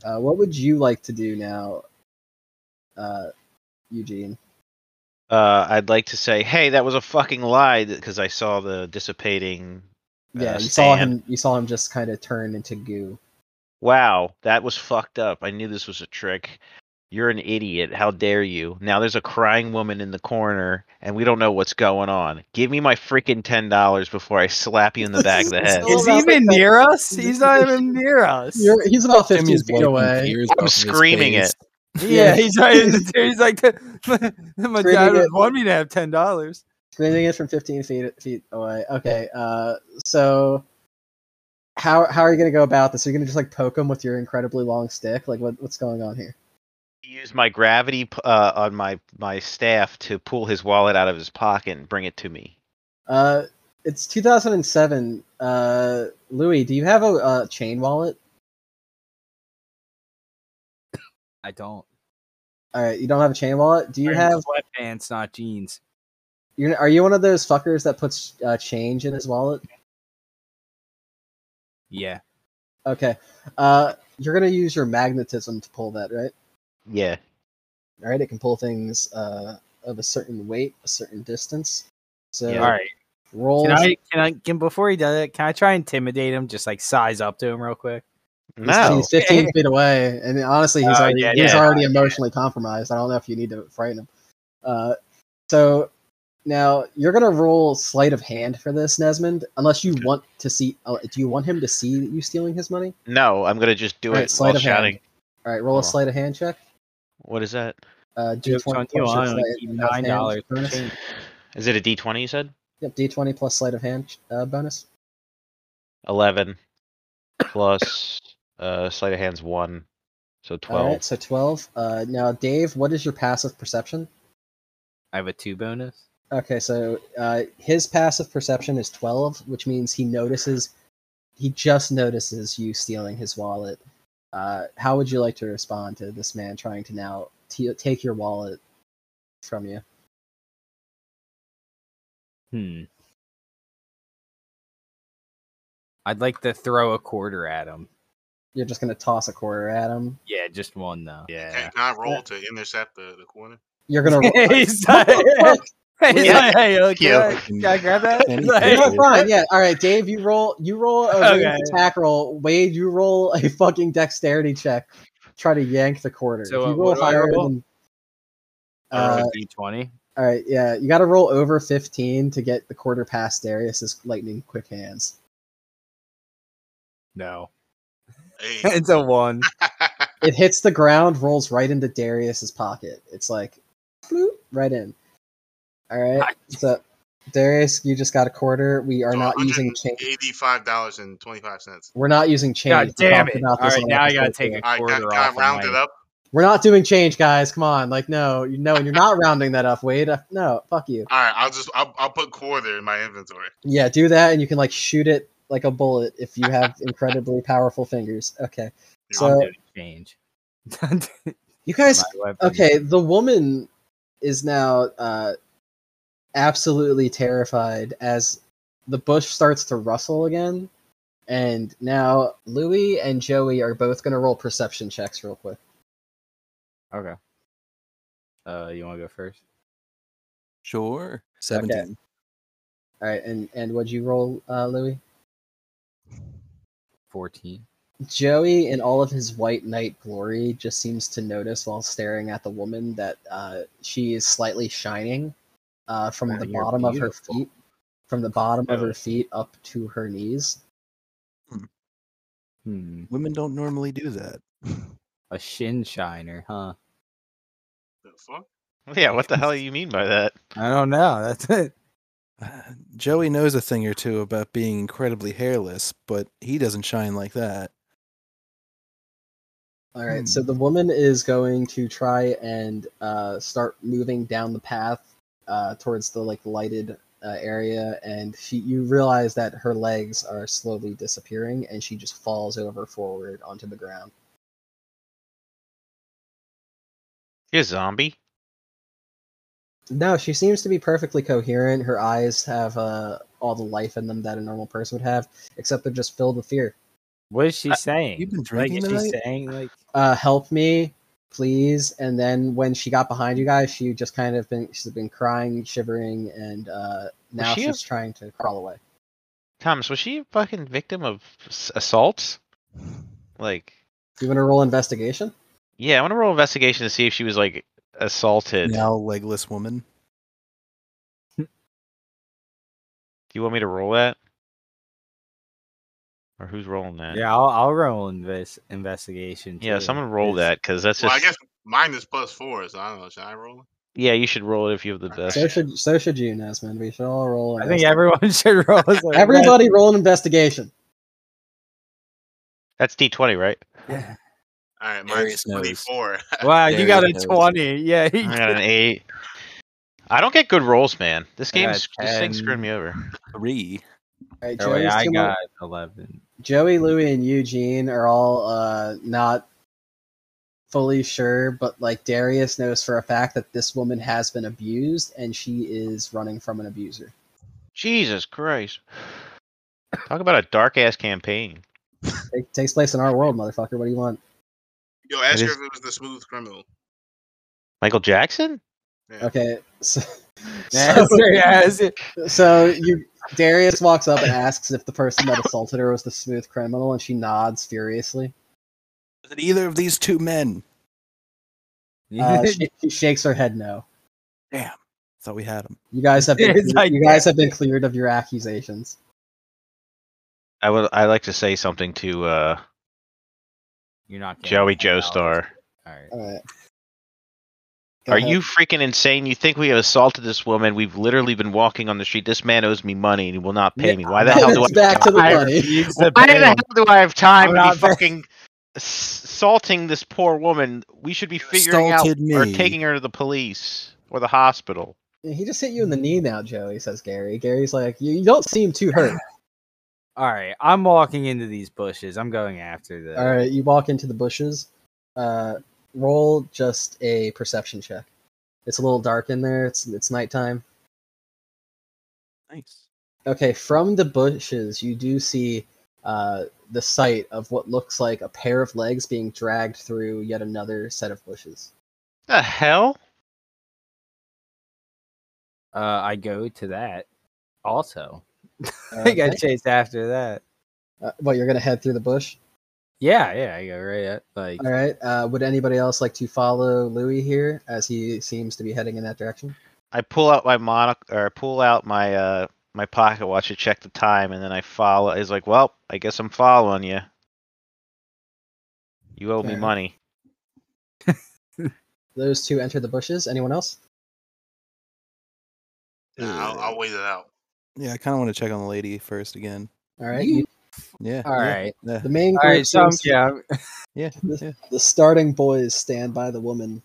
[SPEAKER 2] Uh, what would you like to do now, uh, Eugene?
[SPEAKER 5] Uh, I'd like to say, hey, that was a fucking lie because I saw the dissipating. uh,
[SPEAKER 2] Yeah, you saw
[SPEAKER 5] stand.
[SPEAKER 2] him. You saw him just kind of turn into goo.
[SPEAKER 5] Wow, that was fucked up. I knew this was a trick. You're an idiot. How dare you? Now there's a crying woman in the corner, and we don't know what's going on. Give me my freaking ten dollars before I slap you in the back of the head.
[SPEAKER 2] All
[SPEAKER 6] is he
[SPEAKER 2] about the
[SPEAKER 6] even
[SPEAKER 2] fact-
[SPEAKER 6] near us? He's not even near us.
[SPEAKER 2] You're, he's about fifteen
[SPEAKER 1] Jimmy's
[SPEAKER 2] feet away.
[SPEAKER 5] I'm screaming it.
[SPEAKER 6] Yeah, he's right. He's like, my, my
[SPEAKER 2] Screaming
[SPEAKER 6] dad would
[SPEAKER 2] it.
[SPEAKER 6] want me to have ten dollars.
[SPEAKER 2] Screaming it from 15 feet feet away. Okay, uh, so how how are you gonna go about this? Are you gonna just like poke him with your incredibly long stick? Like what what's going on here?
[SPEAKER 5] Use my gravity p- uh, on my my staff to pull his wallet out of his pocket and bring it to me.
[SPEAKER 2] Uh, it's 2007. Uh, Louis, do you have a, uh chain wallet?
[SPEAKER 6] I don't.
[SPEAKER 2] All right, you don't have a chain wallet. Do you have?
[SPEAKER 6] sweatpants, not jeans?
[SPEAKER 2] You're, are you one of those fuckers that puts uh, change in his wallet?
[SPEAKER 6] Yeah.
[SPEAKER 2] Okay, uh, you're gonna use your magnetism to pull that, right?
[SPEAKER 5] Yeah,
[SPEAKER 2] All right, it can pull things uh, of a certain weight, a certain distance. So
[SPEAKER 5] Yeah.
[SPEAKER 6] All right.
[SPEAKER 2] roll.
[SPEAKER 6] Can I? Can I? Can before he does it, can I try and intimidate him? Just like size up to him real quick.
[SPEAKER 2] He's,
[SPEAKER 5] no,
[SPEAKER 2] he's 15 feet away, and honestly, he's
[SPEAKER 6] Oh,
[SPEAKER 2] already,
[SPEAKER 6] yeah,
[SPEAKER 2] he's
[SPEAKER 5] yeah.
[SPEAKER 2] already emotionally compromised. I don't know if you need to frighten him. Uh, so now you're gonna roll sleight of hand for this, Nesmond. Unless you want to see, oh, do you want him to see that you stealing his money?
[SPEAKER 5] no. I'm gonna just do
[SPEAKER 2] All right,
[SPEAKER 5] it
[SPEAKER 2] sleight
[SPEAKER 5] while
[SPEAKER 2] of hand.
[SPEAKER 5] shouting. Oh.
[SPEAKER 2] All right, roll a
[SPEAKER 5] Hold on.
[SPEAKER 2] sleight of hand check.
[SPEAKER 5] What is that?
[SPEAKER 2] Uh,
[SPEAKER 6] Joke's
[SPEAKER 2] D20
[SPEAKER 6] on
[SPEAKER 2] plus your
[SPEAKER 6] you, I only
[SPEAKER 2] sleight
[SPEAKER 6] keep
[SPEAKER 2] of hand
[SPEAKER 6] $9
[SPEAKER 2] bonus.
[SPEAKER 5] Is it a D20? You said
[SPEAKER 2] Yep, D20 plus sleight of hand uh, bonus.
[SPEAKER 5] eleven plus uh, sleight of hands one, so twelve.
[SPEAKER 2] All right, so 12. Uh, now, Dave, what is your passive perception?
[SPEAKER 6] I have a two bonus.
[SPEAKER 2] Okay, so uh, his passive perception is 12, which means he notices, he just notices you stealing his wallet. Uh, how would you like to respond to this man trying to now t- take your wallet from you?
[SPEAKER 6] Hmm. I'd like to throw a quarter at him.
[SPEAKER 2] You're just going to toss a quarter at him.
[SPEAKER 6] Yeah, just one though.
[SPEAKER 3] Can, can I roll to intercept the, the corner?
[SPEAKER 2] You're going to.
[SPEAKER 6] he's like, he's
[SPEAKER 5] Yeah.
[SPEAKER 6] like, hey, look,
[SPEAKER 5] you.
[SPEAKER 6] can I, can I grab that?
[SPEAKER 1] Any-
[SPEAKER 6] He's like,
[SPEAKER 1] Yeah,
[SPEAKER 2] No, fine, yeah. All right, Dave, you roll. You roll a
[SPEAKER 6] Okay.
[SPEAKER 2] ranged attack roll. Wade, you roll a fucking dexterity check. Try to yank the quarter.
[SPEAKER 6] So,
[SPEAKER 2] if you
[SPEAKER 6] uh,
[SPEAKER 2] roll
[SPEAKER 6] what do I
[SPEAKER 2] higher
[SPEAKER 6] roll?
[SPEAKER 2] than-
[SPEAKER 6] I rolled
[SPEAKER 2] uh,
[SPEAKER 6] a D20.
[SPEAKER 2] All right, yeah, you got to roll over fifteen to get the quarter past Darius's lightning quick hands.
[SPEAKER 6] No.
[SPEAKER 3] Hey.
[SPEAKER 6] it's a one.
[SPEAKER 2] It hits the ground, rolls right into Darius's pocket. It's like, bloop, right in. All right, so Darius, you just got a quarter. We are
[SPEAKER 3] So
[SPEAKER 2] not using chain.
[SPEAKER 3] Eighty-five dollars and twenty-five cents.
[SPEAKER 2] We're not using chain.
[SPEAKER 6] God
[SPEAKER 2] We
[SPEAKER 6] damn
[SPEAKER 2] talked
[SPEAKER 6] it. All
[SPEAKER 2] about this
[SPEAKER 6] right,
[SPEAKER 2] on
[SPEAKER 6] now I got to
[SPEAKER 2] episode
[SPEAKER 6] take a
[SPEAKER 3] I
[SPEAKER 6] quarter
[SPEAKER 3] got,
[SPEAKER 6] off.
[SPEAKER 3] got
[SPEAKER 6] of
[SPEAKER 3] rounded
[SPEAKER 6] my-
[SPEAKER 3] up.
[SPEAKER 2] We're not doing change, guys. Come on, like no, you no, you're not rounding that up, Wade. Uh, No, fuck you.
[SPEAKER 3] All right, I'll just I'll, I'll put quarter in my inventory.
[SPEAKER 2] Yeah, do that, and you can like shoot it like a bullet if you have incredibly powerful fingers. Okay,
[SPEAKER 3] You're
[SPEAKER 2] So-
[SPEAKER 3] right.
[SPEAKER 6] I'm doing change.
[SPEAKER 2] you guys.
[SPEAKER 6] My weapon.
[SPEAKER 2] Okay, the woman is now uh, absolutely terrified as the bush starts to rustle again, and now Louie and Joey are both going to roll perception checks real quick.
[SPEAKER 6] Okay. Uh, you want to go first?
[SPEAKER 4] Sure.
[SPEAKER 1] 17.
[SPEAKER 2] All right, and and what'd you roll, uh, Louie?
[SPEAKER 6] Fourteen.
[SPEAKER 2] Joey, in all of his white knight glory, just seems to notice while staring at the woman that uh, she is slightly shining uh, from
[SPEAKER 6] Wow,
[SPEAKER 2] the
[SPEAKER 6] Oh, you're
[SPEAKER 2] bottom of her
[SPEAKER 6] beautiful.
[SPEAKER 2] feet, from the bottom of her
[SPEAKER 6] Really?
[SPEAKER 2] feet up to her knees.
[SPEAKER 6] Hmm.
[SPEAKER 1] Women don't normally do that.
[SPEAKER 6] A shin shiner, huh?
[SPEAKER 3] The fuck?
[SPEAKER 5] Yeah, what the hell do you mean by that?
[SPEAKER 6] I don't know. That's it.
[SPEAKER 1] Uh, Joey knows a thing or two about being incredibly hairless, but he doesn't shine like that.
[SPEAKER 2] All right, so the woman is going to try and uh, start moving down the path uh, towards the like lighted uh, area, and she you realize that her legs are slowly disappearing, and she just falls over forward onto the ground.
[SPEAKER 5] You're a zombie.
[SPEAKER 2] No, she seems to be perfectly coherent. Her eyes have uh, all the life in them that a normal person would have, except they're just filled with fear.
[SPEAKER 6] What is she saying?
[SPEAKER 1] You've been
[SPEAKER 6] Like,
[SPEAKER 1] drinking
[SPEAKER 6] is she
[SPEAKER 1] tonight?
[SPEAKER 6] saying like?
[SPEAKER 2] uh, help me, please. And then when she got behind you guys, she just kind of been she's been crying, shivering, and uh, now
[SPEAKER 5] she
[SPEAKER 2] she's
[SPEAKER 5] a-
[SPEAKER 2] trying to crawl away.
[SPEAKER 5] Thomas, was she a fucking victim of s- assault? Like,
[SPEAKER 2] Do you want to roll investigation?
[SPEAKER 5] yeah, I want to roll investigation to see if she was like assaulted.
[SPEAKER 1] Now legless woman.
[SPEAKER 5] Do you want me to roll that? Or who's rolling that?
[SPEAKER 6] Yeah, I'll, I'll roll inves- investigation.
[SPEAKER 5] Yeah,
[SPEAKER 6] too,
[SPEAKER 5] someone roll
[SPEAKER 6] 'cause-
[SPEAKER 5] that because that's just.
[SPEAKER 3] Well, I guess mine is plus four, so I don't know. Should I roll?
[SPEAKER 5] Yeah, you should roll it if you have the
[SPEAKER 3] Okay.
[SPEAKER 5] best.
[SPEAKER 2] So should so should you, Nesman. We should all roll.
[SPEAKER 6] I
[SPEAKER 2] an
[SPEAKER 6] think
[SPEAKER 2] investi-
[SPEAKER 6] everyone should roll. as a-
[SPEAKER 2] everybody roll an investigation.
[SPEAKER 5] That's D twenty, right?
[SPEAKER 3] All right,
[SPEAKER 1] Darius
[SPEAKER 3] mine's
[SPEAKER 1] knows.
[SPEAKER 3] twenty-four.
[SPEAKER 6] Wow, you
[SPEAKER 1] There
[SPEAKER 6] got
[SPEAKER 1] he
[SPEAKER 6] a
[SPEAKER 1] goes.
[SPEAKER 6] twenty. Yeah, he
[SPEAKER 5] I got an eight. I don't get good rolls, man. This
[SPEAKER 6] I got
[SPEAKER 5] game, this thing screwed
[SPEAKER 6] 10.
[SPEAKER 5] me over.
[SPEAKER 1] Three.
[SPEAKER 2] All right,
[SPEAKER 6] Oh, yeah,
[SPEAKER 2] Joey's
[SPEAKER 6] I
[SPEAKER 2] too much-
[SPEAKER 6] got eleven.
[SPEAKER 2] Joey, Louie, and Eugene are all uh, not fully sure, but like Darius knows for a fact that this woman has been abused and she is running from an abuser.
[SPEAKER 5] Jesus Christ! Talk about a dark ass campaign.
[SPEAKER 2] It takes place in our world, motherfucker. What do you want?
[SPEAKER 3] Yo, ask
[SPEAKER 5] It
[SPEAKER 3] her
[SPEAKER 5] is-
[SPEAKER 3] if it was the smooth criminal.
[SPEAKER 5] Michael Jackson?
[SPEAKER 3] Yeah.
[SPEAKER 2] Okay, so,
[SPEAKER 6] Yeah,
[SPEAKER 2] so,
[SPEAKER 6] yes.
[SPEAKER 2] so you Darius walks up and asks if the person that assaulted her was the smooth criminal, and she nods furiously.
[SPEAKER 1] Is it either of these two men?
[SPEAKER 2] Uh, she, she shakes her head no.
[SPEAKER 1] Thought we had him.
[SPEAKER 2] You guys have been
[SPEAKER 6] It's like-
[SPEAKER 2] you guys have been cleared of your accusations.
[SPEAKER 5] I would. I like to say something to uh,
[SPEAKER 6] You're not getting
[SPEAKER 5] Joey
[SPEAKER 6] the hell out.
[SPEAKER 5] Joestar.
[SPEAKER 6] All right.
[SPEAKER 2] All right. Go
[SPEAKER 5] Are
[SPEAKER 2] ahead.
[SPEAKER 5] you freaking insane? You think we have assaulted this woman? We've literally been walking on the street. This man owes me money and he will not pay
[SPEAKER 2] Yeah,
[SPEAKER 5] me. Why the hell do I?
[SPEAKER 2] It's back to the
[SPEAKER 6] I
[SPEAKER 2] money.
[SPEAKER 6] refuse to
[SPEAKER 5] Why the
[SPEAKER 6] pay.
[SPEAKER 5] hell do I have time to
[SPEAKER 6] I'm not
[SPEAKER 5] be
[SPEAKER 6] paying.
[SPEAKER 5] fucking ass- assaulting this poor woman? We should be figuring out
[SPEAKER 1] assaulted
[SPEAKER 5] or
[SPEAKER 1] me.
[SPEAKER 5] taking her to the police or the hospital.
[SPEAKER 2] He just hit you in the knee now, Joey, says Gary. Gary's like, You, you don't seem too hurt.
[SPEAKER 6] All right, I'm walking into these bushes. I'm going after the.
[SPEAKER 2] All right, you walk into the bushes. Uh, roll just a perception check. It's a little dark in there. It's it's nighttime.
[SPEAKER 1] Nice.
[SPEAKER 2] Okay, from the bushes, you do see uh, the sight of what looks like a pair of legs being dragged through yet another set of bushes.
[SPEAKER 5] The hell?
[SPEAKER 6] Uh, I go to that. Also, I
[SPEAKER 2] Uh,
[SPEAKER 6] got chased after that.
[SPEAKER 2] uh, well, you're gonna head through the bush.
[SPEAKER 6] Yeah, yeah, I go right at like.
[SPEAKER 2] All right. Uh, would anybody else like to follow Louis here, as he seems to be heading in that direction?
[SPEAKER 5] I pull out my monoc or I pull out my uh my pocket watch to check the time, and then I follow. It's like, well, I guess I'm following you. You owe me
[SPEAKER 2] Fair.
[SPEAKER 5] money.
[SPEAKER 2] Those two enter the bushes. Anyone else?
[SPEAKER 3] Nah, I'll, I'll wait it out.
[SPEAKER 1] Yeah, I kind of want to check on the lady first again.
[SPEAKER 2] All right.
[SPEAKER 6] You-
[SPEAKER 2] You,
[SPEAKER 1] Yeah.
[SPEAKER 6] All right.
[SPEAKER 1] Yeah. yeah.
[SPEAKER 2] The main
[SPEAKER 6] All
[SPEAKER 2] group
[SPEAKER 6] right. So I'm-
[SPEAKER 2] seems-
[SPEAKER 6] yeah,
[SPEAKER 1] yeah.
[SPEAKER 2] the, the starting boys stand by the woman,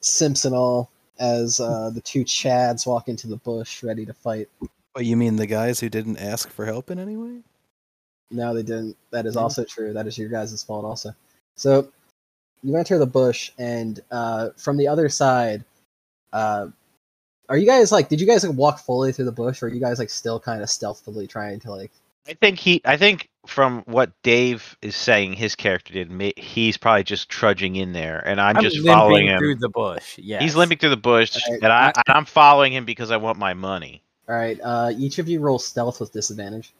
[SPEAKER 2] Simpson all, as uh, the two Chads walk into the bush ready to fight.
[SPEAKER 1] But you mean the guys who didn't ask for help in any way?
[SPEAKER 2] No, they didn't. That is
[SPEAKER 1] Yeah.
[SPEAKER 2] also true. That is your guys' fault, also. So you enter the bush, and uh, from the other side, uh, are you guys like? Did you guys like walk fully through the bush, or are you guys like still kind of stealthily trying to like?
[SPEAKER 5] I think he. I think from what Dave is saying, his character did. ma- He's probably just trudging in there, and I'm, just
[SPEAKER 6] limping
[SPEAKER 5] following him.
[SPEAKER 6] through the bush. Yeah,
[SPEAKER 5] He's limping through the bush,
[SPEAKER 2] Alright,
[SPEAKER 5] and I,
[SPEAKER 6] I-
[SPEAKER 5] and I'm following him because I want my money.
[SPEAKER 2] All right, uh, each of you roll stealth with disadvantage.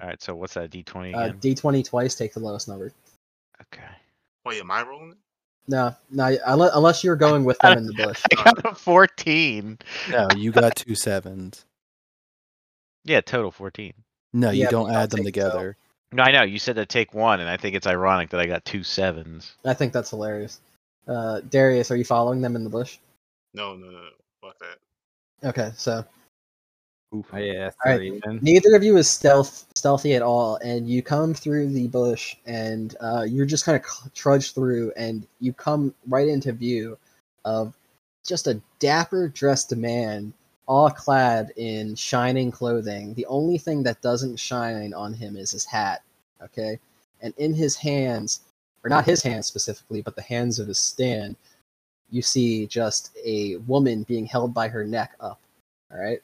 [SPEAKER 5] All right, so what's that D20
[SPEAKER 2] Uh,
[SPEAKER 5] again?
[SPEAKER 2] D twenty twice. Take the lowest number.
[SPEAKER 5] okay,
[SPEAKER 3] Wait, am I rolling? it?
[SPEAKER 2] No, no, unless, unless you're going with them in the bush.
[SPEAKER 5] I got a 14.
[SPEAKER 1] No, you got two sevens.
[SPEAKER 5] Yeah, total 14.
[SPEAKER 1] No, you
[SPEAKER 2] Yeah,
[SPEAKER 1] don't
[SPEAKER 2] but
[SPEAKER 1] add them
[SPEAKER 2] I'll take the-
[SPEAKER 1] together.
[SPEAKER 5] No, I know you said to take one, and I think it's ironic that I got two sevens.
[SPEAKER 2] I think that's hilarious. Uh, Darius, are you following them in the bush?
[SPEAKER 3] No, no, no, no. Fuck that.
[SPEAKER 2] Okay, so
[SPEAKER 4] Oof.
[SPEAKER 6] Oh, yeah,
[SPEAKER 2] All right.
[SPEAKER 6] three, man.
[SPEAKER 2] neither of you is stealth stealthy at all, and you come through the bush, and uh, you're just kind of trudge through, and you come right into view of just a dapper dressed man, all clad in shining clothing. The only thing that doesn't shine on him is his hat. Okay, and in his hands, or not his hands specifically, but the hands of his stand, you see just a woman being held by her neck up. All right,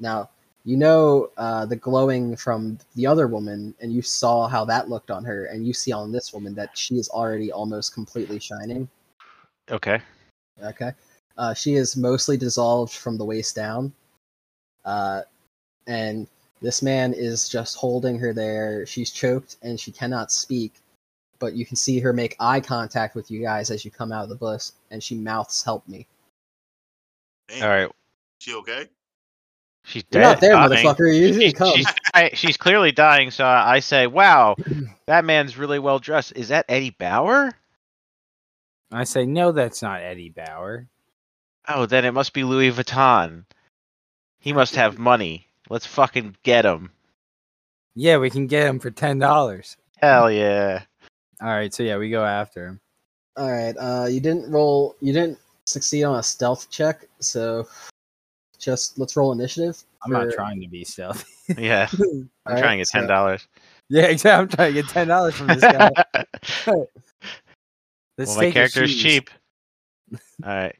[SPEAKER 2] now you know uh, the glowing from the other woman, and you saw how that looked on her, and you see on this woman that she is already almost completely shining.
[SPEAKER 5] Okay.
[SPEAKER 2] Okay, uh, she is mostly dissolved from the waist down, uh, and this man is just holding her there. She's choked and she cannot speak, but you can see her make eye contact with you guys as you come out of the bus, and she mouths "Help me."
[SPEAKER 3] Damn.
[SPEAKER 5] All right.
[SPEAKER 3] She okay?
[SPEAKER 5] She's dead.
[SPEAKER 2] You're not there,
[SPEAKER 5] dying.
[SPEAKER 2] motherfucker. You
[SPEAKER 5] She's,
[SPEAKER 2] didn't come.
[SPEAKER 5] she's, I, she's clearly dying, so I say, "Wow, that man's really well dressed. Is that Eddie Bauer?
[SPEAKER 6] I say no, that's not Eddie Bauer.
[SPEAKER 5] Oh, then it must be Louis Vuitton. He must have money. Let's fucking get him.
[SPEAKER 6] Yeah, we can get him for ten dollars.
[SPEAKER 5] Hell yeah.
[SPEAKER 6] All right, so yeah, we go after him.
[SPEAKER 2] All right. Uh, you didn't roll. You didn't succeed on a stealth check, so just let's roll initiative.
[SPEAKER 6] I'm not
[SPEAKER 2] for-
[SPEAKER 6] trying to be stealthy.
[SPEAKER 5] Yeah, I'm
[SPEAKER 2] Alright, uh,
[SPEAKER 5] trying to get
[SPEAKER 2] so-
[SPEAKER 5] ten dollars.
[SPEAKER 6] yeah, exactly. I'm trying to get ten dollars from this guy. Let's
[SPEAKER 5] well, my
[SPEAKER 6] take his
[SPEAKER 5] character is
[SPEAKER 6] shoes.
[SPEAKER 5] cheap. All right.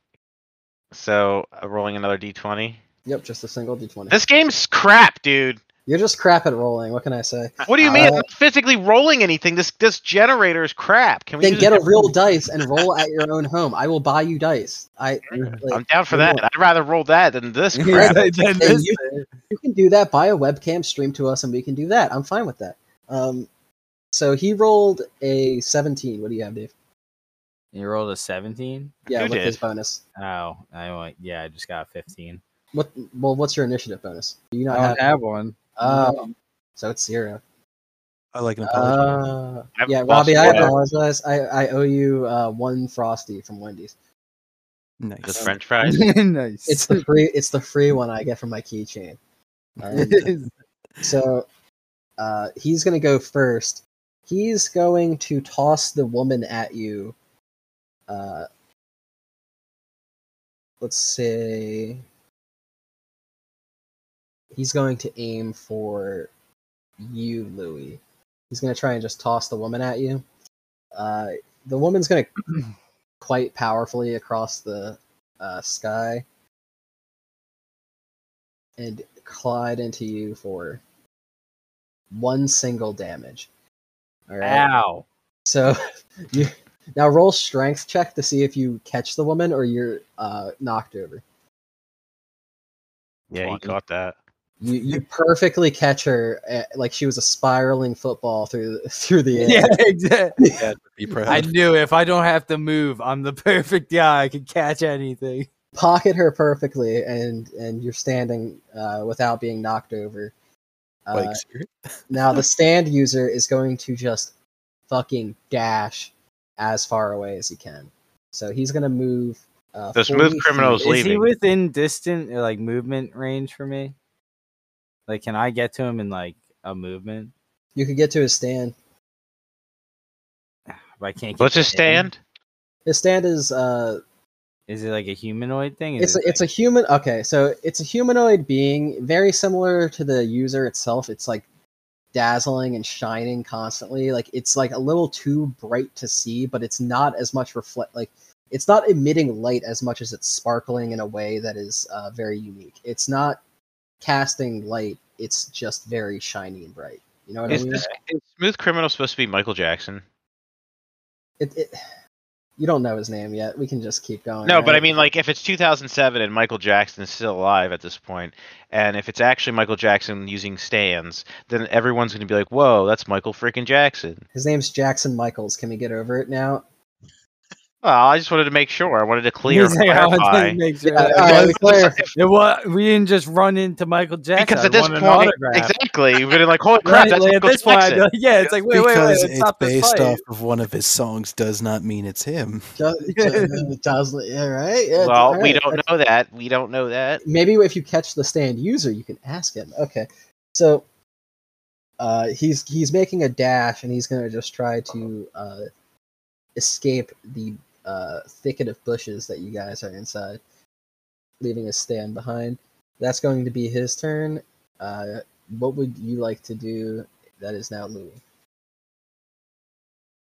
[SPEAKER 5] So uh, rolling another d20.
[SPEAKER 2] Yep, just a single d20.
[SPEAKER 5] This game's crap, dude.
[SPEAKER 2] You're just crap at rolling. What can I say?
[SPEAKER 5] What do you mean?
[SPEAKER 2] Uh,
[SPEAKER 5] I'm not physically rolling anything. This this generator is crap. Can we
[SPEAKER 2] Then
[SPEAKER 5] use
[SPEAKER 2] get a
[SPEAKER 5] different-
[SPEAKER 2] real dice and roll at your own home. I will buy you dice. I
[SPEAKER 5] I'm
[SPEAKER 2] like,
[SPEAKER 5] down for
[SPEAKER 2] what do you
[SPEAKER 5] that. I'd rather roll that than this
[SPEAKER 6] Yeah,
[SPEAKER 5] crap.
[SPEAKER 6] then
[SPEAKER 2] Hey,
[SPEAKER 6] this
[SPEAKER 2] you-
[SPEAKER 6] thing.
[SPEAKER 2] you can do that. Buy a webcam, stream to us, and we can do that. I'm fine with that. Um, so he rolled a 17. What do you have, Dave?
[SPEAKER 6] You rolled a seventeen.
[SPEAKER 2] Yeah,
[SPEAKER 5] You
[SPEAKER 2] with his
[SPEAKER 5] did.
[SPEAKER 2] bonus.
[SPEAKER 6] Oh, I went. Yeah, I just got a fifteen.
[SPEAKER 2] What? Well, what's your initiative bonus? Do you not
[SPEAKER 6] I don't
[SPEAKER 2] have?
[SPEAKER 6] have one.
[SPEAKER 2] Um, so it's zero.
[SPEAKER 1] I like an apology.
[SPEAKER 2] Uh,
[SPEAKER 5] I've
[SPEAKER 2] yeah,
[SPEAKER 5] lost
[SPEAKER 2] Robbie, I
[SPEAKER 5] one.
[SPEAKER 2] apologize. I, I owe you uh, one frosty from Wendy's.
[SPEAKER 5] Just
[SPEAKER 1] nice.
[SPEAKER 5] French fries.
[SPEAKER 6] nice.
[SPEAKER 2] It's the free. It's the free one I get from my keychain. And, so uh, he's gonna go first. He's going to toss the woman at you. Uh, let's say he's going to aim for you, Louie. He's gonna try and just toss the woman at you. Uh, the woman's gonna quite powerfully across the uh, sky and collide into you for one single damage. All right.
[SPEAKER 6] Ow.
[SPEAKER 2] So you now roll strength check to see if you catch the woman or you're uh, knocked over.
[SPEAKER 5] Yeah, he
[SPEAKER 6] Twenty.
[SPEAKER 5] caught that.
[SPEAKER 2] You you perfectly catch her uh, like she was a spiraling football through through the air.
[SPEAKER 6] Yeah, exactly.
[SPEAKER 1] Be proud.
[SPEAKER 6] I knew if I don't have to move, I'm the perfect guy. I can catch anything.
[SPEAKER 2] Pocket her perfectly, and and you're standing uh, without being knocked over. Uh,
[SPEAKER 1] Like, seriously?
[SPEAKER 2] Now the stand user is going to just fucking dash as far away as he can. So he's gonna move. Uh,
[SPEAKER 5] The smooth
[SPEAKER 2] 40
[SPEAKER 5] criminals
[SPEAKER 2] feet.
[SPEAKER 5] leave.
[SPEAKER 6] Is he
[SPEAKER 5] leaving.
[SPEAKER 6] within distant uh, like movement range for me? Like, can I get to him in like a movement?
[SPEAKER 2] You could get to his stand.
[SPEAKER 6] But I can't.
[SPEAKER 5] What's
[SPEAKER 6] keep
[SPEAKER 5] his
[SPEAKER 6] it hidden.
[SPEAKER 5] stand?
[SPEAKER 2] His stand is uh,
[SPEAKER 6] Is it like a humanoid thing?
[SPEAKER 2] it's a, it's a human. Okay, so it's a humanoid being, very similar to the user itself. It's like dazzling and shining constantly. Like it's like a little too bright to see, but it's not as much reflect. Like it's not emitting light as much as it's sparkling in a way that is uh, very unique. It's not casting light. It's just very shiny and bright. You know what I
[SPEAKER 5] Is
[SPEAKER 2] mean?
[SPEAKER 5] this is smooth criminal supposed to be Michael Jackson?
[SPEAKER 2] It, it, you don't know his name yet. We can just keep going.
[SPEAKER 5] No, but I
[SPEAKER 2] right?
[SPEAKER 5] mean, like, if it's 2007 and Michael Jackson is still alive at this point, and if it's actually Michael Jackson using stands, then everyone's going to be like, "Whoa, that's Michael freaking Jackson."
[SPEAKER 2] his name's Jackson Michaels. Can we get over it now?
[SPEAKER 5] Well, I just wanted to make sure. I wanted to clear,
[SPEAKER 6] He's like, I wanted to
[SPEAKER 5] clarify.
[SPEAKER 6] make sure
[SPEAKER 2] Yeah,
[SPEAKER 6] that-
[SPEAKER 2] all right, we clear.
[SPEAKER 6] It wa- we didn't just run into Michael Jackson.
[SPEAKER 5] Because
[SPEAKER 6] I
[SPEAKER 5] at this
[SPEAKER 6] want an
[SPEAKER 5] point,
[SPEAKER 6] autograph.
[SPEAKER 5] exactly, we're like, "Holy crap,
[SPEAKER 6] Right,
[SPEAKER 5] that's
[SPEAKER 6] like, at
[SPEAKER 5] Michael
[SPEAKER 6] this point, I'd be
[SPEAKER 5] Jackson."
[SPEAKER 6] like, yeah, it's like, wait, wait, wait,
[SPEAKER 1] because
[SPEAKER 6] let's
[SPEAKER 1] it's
[SPEAKER 6] stop this
[SPEAKER 1] based
[SPEAKER 6] fight.
[SPEAKER 1] off of one of his songs does not mean it's him.
[SPEAKER 2] Jo- Jo- Joslin, yeah, right? Yeah,
[SPEAKER 5] well,
[SPEAKER 2] all
[SPEAKER 5] we
[SPEAKER 2] right.
[SPEAKER 5] don't know that. We don't know that.
[SPEAKER 2] Maybe if you catch the stand user, you can ask him. Okay, so uh, he's he's making a dash, and he's gonna just try to uh, escape the uh, thicket of bushes that you guys are inside, leaving his stand behind. That's going to be his turn. Uh, what would you like to do? That is now Louis.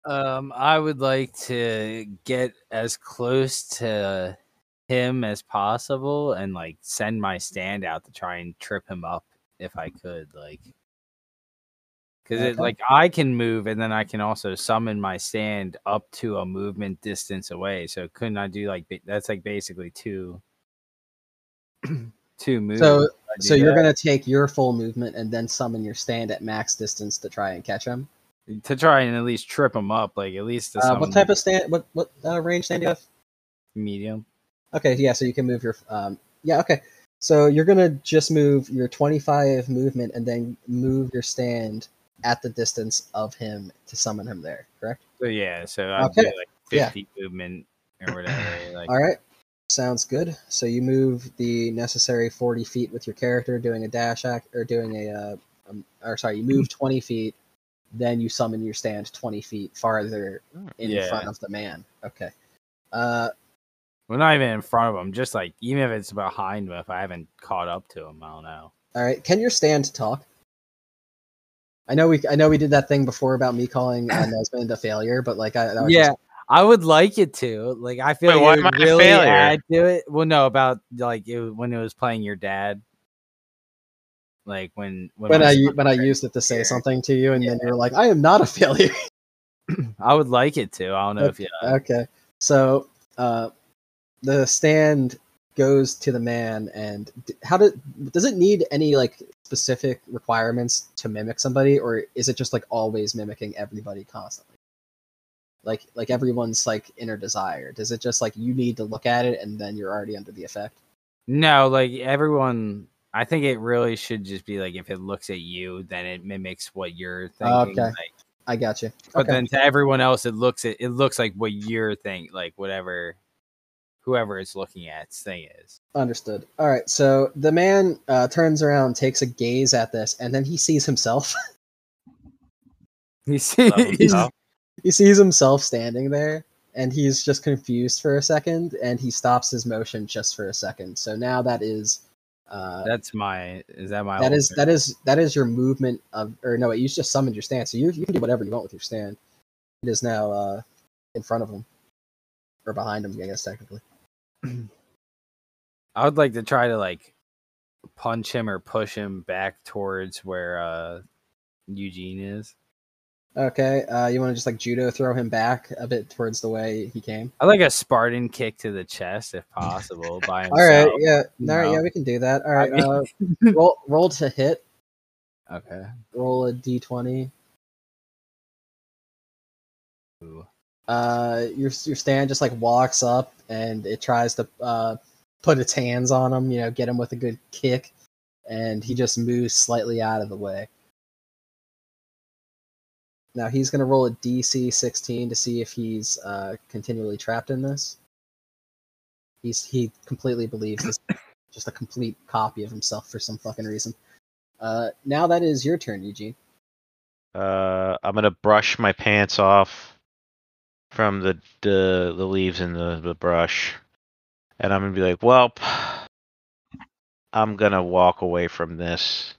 [SPEAKER 6] Um, I would like to get as close to him as possible and like send my stand out to try and trip him up if I could, like, because it
[SPEAKER 2] Okay.
[SPEAKER 6] like I can move and then I can also summon my stand up to a movement distance away. So couldn't I do like ba- that's like basically two, two moves?
[SPEAKER 2] So
[SPEAKER 6] if I do
[SPEAKER 2] so you're
[SPEAKER 6] that.
[SPEAKER 2] gonna take your full movement and then summon your stand at max distance to try and catch him.
[SPEAKER 6] to try and at least trip him up, like at least to
[SPEAKER 2] Uh, what
[SPEAKER 6] summon
[SPEAKER 2] type of stand? What what uh, range stand do you have?
[SPEAKER 6] medium.
[SPEAKER 2] Okay, yeah. So you can move your. Um, yeah. Okay. So you're gonna just move your 25 movement and then move your stand at the distance of him to summon him there. Correct.
[SPEAKER 6] So yeah, so I'd
[SPEAKER 2] Okay,
[SPEAKER 6] do like
[SPEAKER 2] yeah.
[SPEAKER 6] fifty movement or whatever. Like
[SPEAKER 2] All right. Sounds good. So you move the necessary 40 feet with your character, doing a dash act or doing a. Uh, um, or sorry, you
[SPEAKER 6] Hmm.
[SPEAKER 2] move 20 feet, then you summon your stand 20 feet farther in
[SPEAKER 6] Hmm, Yeah.
[SPEAKER 2] front of the man. Okay. Uh,
[SPEAKER 6] well, not even in front of him, just like even if it's behind him, if I haven't caught up to him, I don't know.
[SPEAKER 2] All right. Can your stand talk? I know we I know we did that thing before about me calling uh, Nesmond a failure, but like I that was
[SPEAKER 6] Yeah,
[SPEAKER 2] just-
[SPEAKER 6] I would like it to. Like I feel
[SPEAKER 5] Wait,
[SPEAKER 6] like
[SPEAKER 5] why
[SPEAKER 6] it
[SPEAKER 5] am
[SPEAKER 6] would
[SPEAKER 5] I a
[SPEAKER 6] really
[SPEAKER 5] failure?
[SPEAKER 6] add to it. Well, no, about like it, was- when it was playing your dad. Like when when,
[SPEAKER 2] when
[SPEAKER 6] my
[SPEAKER 2] I
[SPEAKER 6] son-
[SPEAKER 2] u- when I used it to say something to you, and then you were like, "I am not a failure."
[SPEAKER 6] I would like it to. I don't know if you
[SPEAKER 2] okay. So uh, the stand goes to the man, and d- how did does it need any like specific requirements to mimic somebody, or is it just like always mimicking everybody constantly? Like like everyone's like inner desire. Does it just like you need to look at it and then you're already under the effect?
[SPEAKER 6] No, like everyone, I think it really should just be like if it looks at you, then it mimics what you're thinking.
[SPEAKER 2] Okay.
[SPEAKER 6] Like,
[SPEAKER 2] I got you.
[SPEAKER 6] but
[SPEAKER 2] okay.
[SPEAKER 6] then to everyone else, it looks at it looks like what you're think, like whatever, whoever it's looking at, its thing is.
[SPEAKER 2] Understood. All right. So the man uh, turns around, takes a gaze at this, and then he sees himself.
[SPEAKER 6] You see,
[SPEAKER 2] He's- he sees himself standing there and he's just confused for a second and he stops his motion just for a second so now that is uh
[SPEAKER 6] that's my. Is that my?
[SPEAKER 2] that is that is that is your movement of or no wait, you just summoned your stand so you, you can do whatever you want with your stand it is now uh in front of him or behind him i guess technically
[SPEAKER 6] I would like to try to like punch him or push him back towards where uh Eugene is.
[SPEAKER 2] okay uh you want to just like judo throw him back a bit towards the way he came
[SPEAKER 6] I like a Spartan kick to the chest if possible. By himself.
[SPEAKER 2] all right yeah
[SPEAKER 6] you
[SPEAKER 2] all right
[SPEAKER 6] know.
[SPEAKER 2] yeah we can do that all
[SPEAKER 6] I
[SPEAKER 2] right uh, roll roll to hit
[SPEAKER 6] Okay.
[SPEAKER 2] roll a d20
[SPEAKER 6] Ooh.
[SPEAKER 2] uh your your stand just like walks up and it tries to uh put its hands on him you know get him with a good kick and he just moves slightly out of the way now he's going to roll a dc 16 to see if he's uh continually trapped in this he's he completely believes this is just a complete copy of himself for some fucking reason uh now that is your turn eugene
[SPEAKER 5] Uh, I'm gonna brush my pants off from the the, the leaves in the, the brush, and I'm gonna be like, "Well, I'm gonna walk away from this."